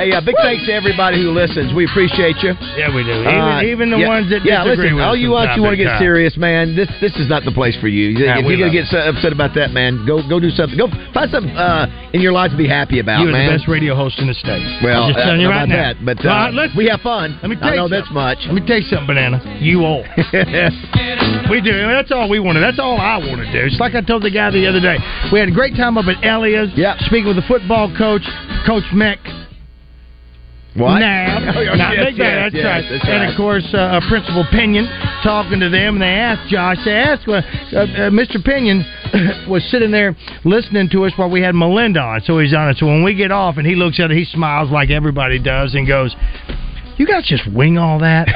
Speaker 4: Hey, uh, big thanks to everybody who listens. We appreciate you.
Speaker 7: Yeah, we do. Even,
Speaker 4: Uh,
Speaker 7: even the
Speaker 4: yeah,
Speaker 7: ones that
Speaker 4: yeah,
Speaker 7: disagree
Speaker 4: listen,
Speaker 7: with
Speaker 4: all
Speaker 7: us
Speaker 4: you
Speaker 7: from
Speaker 4: out
Speaker 7: time
Speaker 4: you want to get
Speaker 7: time.
Speaker 4: serious, man. This this is not the place for you.
Speaker 7: Nah,
Speaker 4: if
Speaker 7: we
Speaker 4: you're gonna get
Speaker 7: love
Speaker 4: so upset about that, man, go go do something. Go find something uh, in your life to be happy about,
Speaker 7: You are
Speaker 4: man.
Speaker 7: the best radio host in the state.
Speaker 4: Well,
Speaker 7: I'm just
Speaker 4: uh,
Speaker 7: telling you
Speaker 4: how about
Speaker 7: right now.
Speaker 4: that? But,
Speaker 7: All
Speaker 4: uh,
Speaker 7: right, let's,
Speaker 4: we have fun.
Speaker 7: Let me
Speaker 4: I
Speaker 7: tell you
Speaker 4: know that's
Speaker 7: something.
Speaker 4: much.
Speaker 7: Let me tell you something, Banana. You
Speaker 4: (laughs)
Speaker 7: all. we do. That's all we wanted. That's all I want to do. It's like I told the guy the other day. We had a great time up at Elia's. Yeah. Speaking with the football coach, Coach Meck.
Speaker 4: What?
Speaker 7: Now,
Speaker 4: (laughs) Oh, yes,
Speaker 7: Now,
Speaker 4: yes,
Speaker 7: Big
Speaker 4: yes,
Speaker 7: Bad, that's
Speaker 4: yes,
Speaker 7: right.
Speaker 4: that's
Speaker 7: and
Speaker 4: right.
Speaker 7: of course, uh, uh, Principal Pinion talking to them, and they asked Josh. They asked uh, uh, uh, Mr. Pinion (coughs) was sitting there listening to us while we had Melinda on, so he's on it. So when we get off, and he looks at it, he smiles like everybody does, and goes. You guys just wing
Speaker 4: (laughs)
Speaker 7: all that.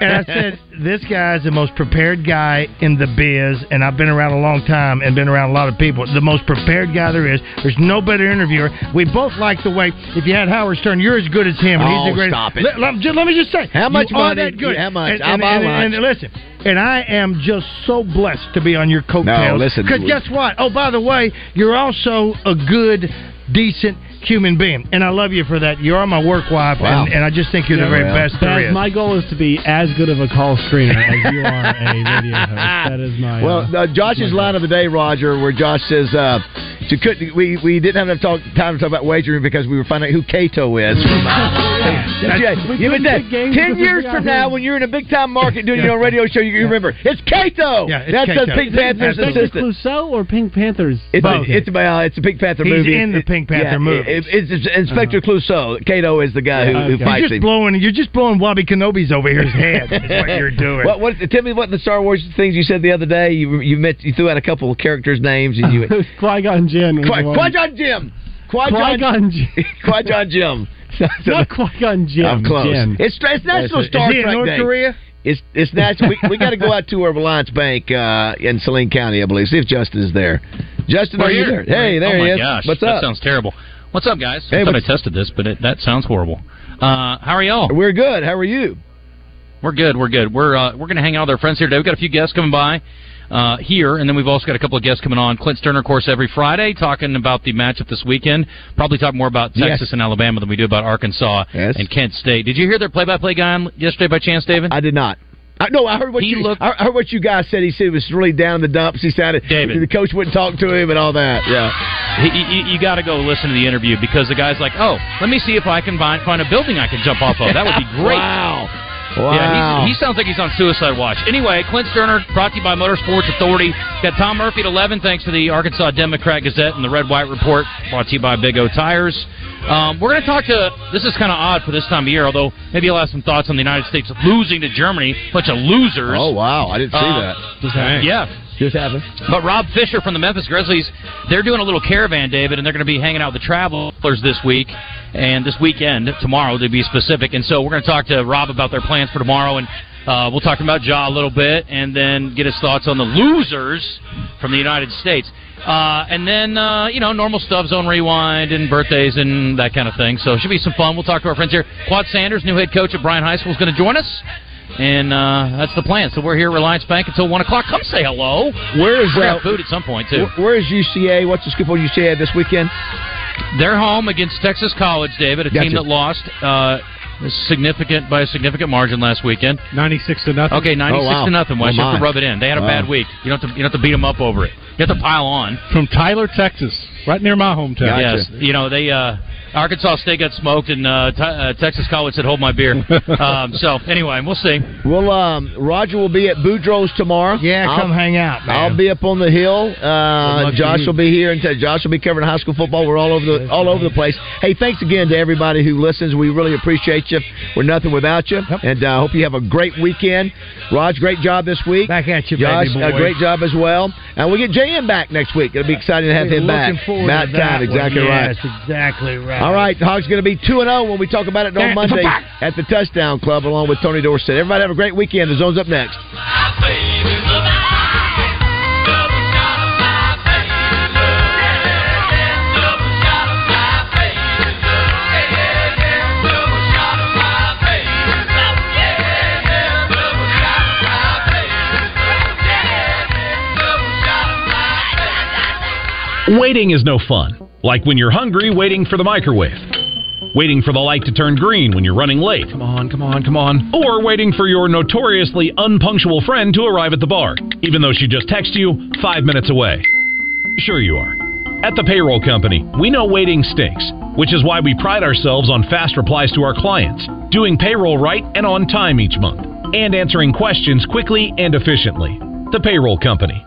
Speaker 7: and I said, this guy's the most prepared guy in the biz, and I've been around a long time and been around a lot of people. The most prepared guy there is. There's no better interviewer. We both like the way. If you had Howard Stern, you're as good as him. and he's
Speaker 4: Oh,
Speaker 7: the greatest.
Speaker 4: stop it.
Speaker 7: Let, let- just- let me just say,
Speaker 4: How much
Speaker 7: you are
Speaker 4: money-
Speaker 7: That good.
Speaker 4: how much?
Speaker 7: And,
Speaker 4: I'll
Speaker 7: and,
Speaker 4: buy
Speaker 7: and- and- and listen, and I am just so blessed to be on your coattails.
Speaker 4: listen,
Speaker 7: because
Speaker 4: we-
Speaker 7: guess what? Oh, by the way, you're also a good, decent human being, and I love you for that. You are my work wife,
Speaker 9: Wow.
Speaker 7: and, and I just think you're the very best there
Speaker 9: Baz,
Speaker 7: is.
Speaker 9: My goal is to be as good of a call screener as you are
Speaker 4: (laughs)
Speaker 9: a video host. That is my
Speaker 4: Well,
Speaker 9: uh,
Speaker 4: uh, Josh's line of the day, Roger, where Josh says, uh, to could, we, we didn't have enough talk, time to talk about wagering because we were finding out who Cato is. From,
Speaker 7: Mm. (laughs)
Speaker 15: That's-
Speaker 4: Yeah,
Speaker 15: we
Speaker 4: you
Speaker 15: couldn't
Speaker 4: know that.
Speaker 15: pick games
Speaker 4: Ten
Speaker 15: because we
Speaker 4: years
Speaker 15: got
Speaker 4: from
Speaker 15: him.
Speaker 4: now, when you're in a big time market doing
Speaker 15: Yeah.
Speaker 4: your own radio show, you, you remember it's Cato.
Speaker 15: Yeah, it's
Speaker 4: Oh, That's the
Speaker 15: Cato.
Speaker 4: Pink
Speaker 15: Is it
Speaker 4: Panther's
Speaker 15: Inspector
Speaker 4: assistant.
Speaker 9: Clouseau or Pink Panthers?
Speaker 4: It's a,
Speaker 9: Both.
Speaker 4: it's, well, it's a Pink Panther
Speaker 9: He's
Speaker 4: movie.
Speaker 9: in the
Speaker 4: It-
Speaker 9: Pink
Speaker 4: yeah,
Speaker 9: Panther Uh-huh.
Speaker 4: it-
Speaker 9: movie.
Speaker 4: it- it's, it's Inspector Clouseau. Cato is the guy (laughs)
Speaker 9: Uh,
Speaker 4: who, who
Speaker 7: You're
Speaker 4: fights
Speaker 7: just
Speaker 4: him.
Speaker 7: blowing. You're just blowing Wabi Kenobi's over here's head. is what
Speaker 4: (laughs)
Speaker 7: you're doing.
Speaker 4: What, what, tell me what the Star Wars things you said the other day. You you met you threw out a couple of characters' names and you
Speaker 9: Qui Gon Jinn. was
Speaker 4: Qui-
Speaker 9: the one.
Speaker 4: Qui-Gon Jim.
Speaker 9: (laughs)
Speaker 4: Qui-Gon-
Speaker 9: Qui-Gon Jinn.
Speaker 4: (laughs) Qui Gon Jim.
Speaker 9: (laughs) Not Qui-Gon Jinn.
Speaker 4: I'm close.
Speaker 9: Jinn.
Speaker 4: It's, it's National
Speaker 9: That's it.
Speaker 4: Star
Speaker 9: Is he in
Speaker 4: Trek
Speaker 9: North
Speaker 4: Day.
Speaker 9: Korea?
Speaker 4: It's
Speaker 9: (laughs)
Speaker 4: it's national. we we got to go out to our Reliance Bank uh, in Saline County, I believe. See if Justin is there. Justin,
Speaker 3: We're
Speaker 4: are you
Speaker 3: here.
Speaker 4: there? Hey, there
Speaker 3: oh
Speaker 4: he
Speaker 3: my
Speaker 4: is.
Speaker 3: Gosh,
Speaker 4: What's
Speaker 3: that
Speaker 4: up?
Speaker 3: sounds terrible. What's up, guys?
Speaker 4: Hey,
Speaker 3: I thought I
Speaker 4: what's-
Speaker 3: tested this, but it, that sounds horrible. Uh, how are y'all?
Speaker 4: We're good. How are you?
Speaker 3: We're good. We're good. We're uh, we're gonna hang out with our friends here today. We've got a few guests coming by uh, here, and then we've also got a couple of guests coming on. Clint Sterner, of course, every Friday, talking about the matchup this weekend. Probably talk more about
Speaker 4: Yes.
Speaker 3: Texas and Alabama than we do about Arkansas and Kent State. Did you hear their play-by-play guy on yesterday by chance, David?
Speaker 4: I did not. I, no, I heard what you I I heard what you guys said. He said he was really down in the dumps. He sounded
Speaker 3: David.
Speaker 4: the coach wouldn't talk to him and all that. Yeah.
Speaker 3: He, you you got to go listen to the interview because the guy's like, "Oh, let me see if I can find, find a building I can jump off of. That would be
Speaker 4: (laughs)
Speaker 3: great." Wow. Yeah, Yeah, he's- he's, he sounds like he's on suicide watch. Anyway, Clint Sterner, brought to you by Motorsports Authority. Got Tom Murphy at 11, thanks to the Arkansas Democrat Gazette and the Red White Report, brought to you by Big O Tires. Um, we're going to talk to, this is kind of odd for this time of year, although maybe I'll have some thoughts on the United States losing to Germany. Bunch of losers.
Speaker 4: Oh wow, I didn't see
Speaker 3: Uh,
Speaker 4: that.
Speaker 3: Yeah,
Speaker 4: just happened.
Speaker 3: but Rob Fisher from the Memphis Grizzlies, they're doing a little caravan, David, and they're going to be hanging out with the Travelers this week and this weekend, tomorrow to be specific. And so we're going to talk to Rob about their plans for tomorrow, and uh, we'll talk about Ja a little bit, and then get his thoughts on the losers from the United States. Uh, and then, uh, you know, normal stuff, zone rewind and birthdays and that kind of thing. So it should be some fun. We'll talk to our friends here. Quad Sanders, new head coach at Bryan High School, is going to join us. And uh, that's the plan. So we're here at Reliance Bank until 1 o'clock. Come say hello.
Speaker 4: Where is
Speaker 3: We're gonna
Speaker 4: uh,
Speaker 3: have food at some point, too.
Speaker 4: wh- where is UCA? What's the scoop on UCA this weekend?
Speaker 3: They're home against Texas College, David, a
Speaker 4: Gotcha.
Speaker 3: team that lost uh, significant by a significant margin last weekend.
Speaker 5: 96 to nothing.
Speaker 3: Okay, 96 to nothing. Wes,
Speaker 5: Oh,
Speaker 3: you have to
Speaker 5: my.
Speaker 3: rub it in. They had a
Speaker 5: Wow.
Speaker 3: bad week. You don't have to you don't have to beat them up over it. You have to pile on.
Speaker 5: From Tyler, Texas, right near my hometown.
Speaker 3: Yes, you know they. Uh, Arkansas State got smoked, and uh, t- uh, Texas College said, "Hold my beer."
Speaker 5: (laughs)
Speaker 3: um, so anyway, we'll see.
Speaker 4: Well, um, Roger will be at Boudreaux's tomorrow. Yeah,
Speaker 3: come
Speaker 7: hang out.
Speaker 4: I'll be up on the hill. Uh,
Speaker 3: luck to
Speaker 4: Josh
Speaker 3: you.
Speaker 4: will be here, and Josh will be covering high school football. We're all over the all over the place. Hey, thanks again to everybody who listens. We really appreciate you. We're nothing without you, and I uh, hope you have a great weekend. Raj, great job this week. Back
Speaker 7: at you,
Speaker 4: Josh.
Speaker 7: baby
Speaker 4: A
Speaker 7: boy.
Speaker 4: great job as well. And we get JM back next week. It'll be exciting to have him
Speaker 7: Looking
Speaker 4: back.
Speaker 7: forward to
Speaker 4: About
Speaker 7: that
Speaker 4: time,
Speaker 7: one.
Speaker 4: exactly right.
Speaker 7: Yes, exactly right.
Speaker 4: All right, Hog's going to be 2 and 0 when we talk about it
Speaker 7: That's
Speaker 4: on
Speaker 7: a
Speaker 4: Monday
Speaker 7: fact.
Speaker 4: at the Touchdown Club along with Tony Dorsett. Everybody have a great weekend. The zone's up next.
Speaker 8: Waiting is no fun. Like when you're hungry, waiting for the microwave. Waiting for the light to turn green when you're running late. Come on, come on, come on. Or waiting for your notoriously unpunctual friend to arrive at the bar, even though she just texted you five minutes away. Sure you are. At the payroll company, we know waiting stinks, which is why we pride ourselves on fast replies to our clients, doing payroll right and on time each month, and answering questions quickly and efficiently. The payroll company.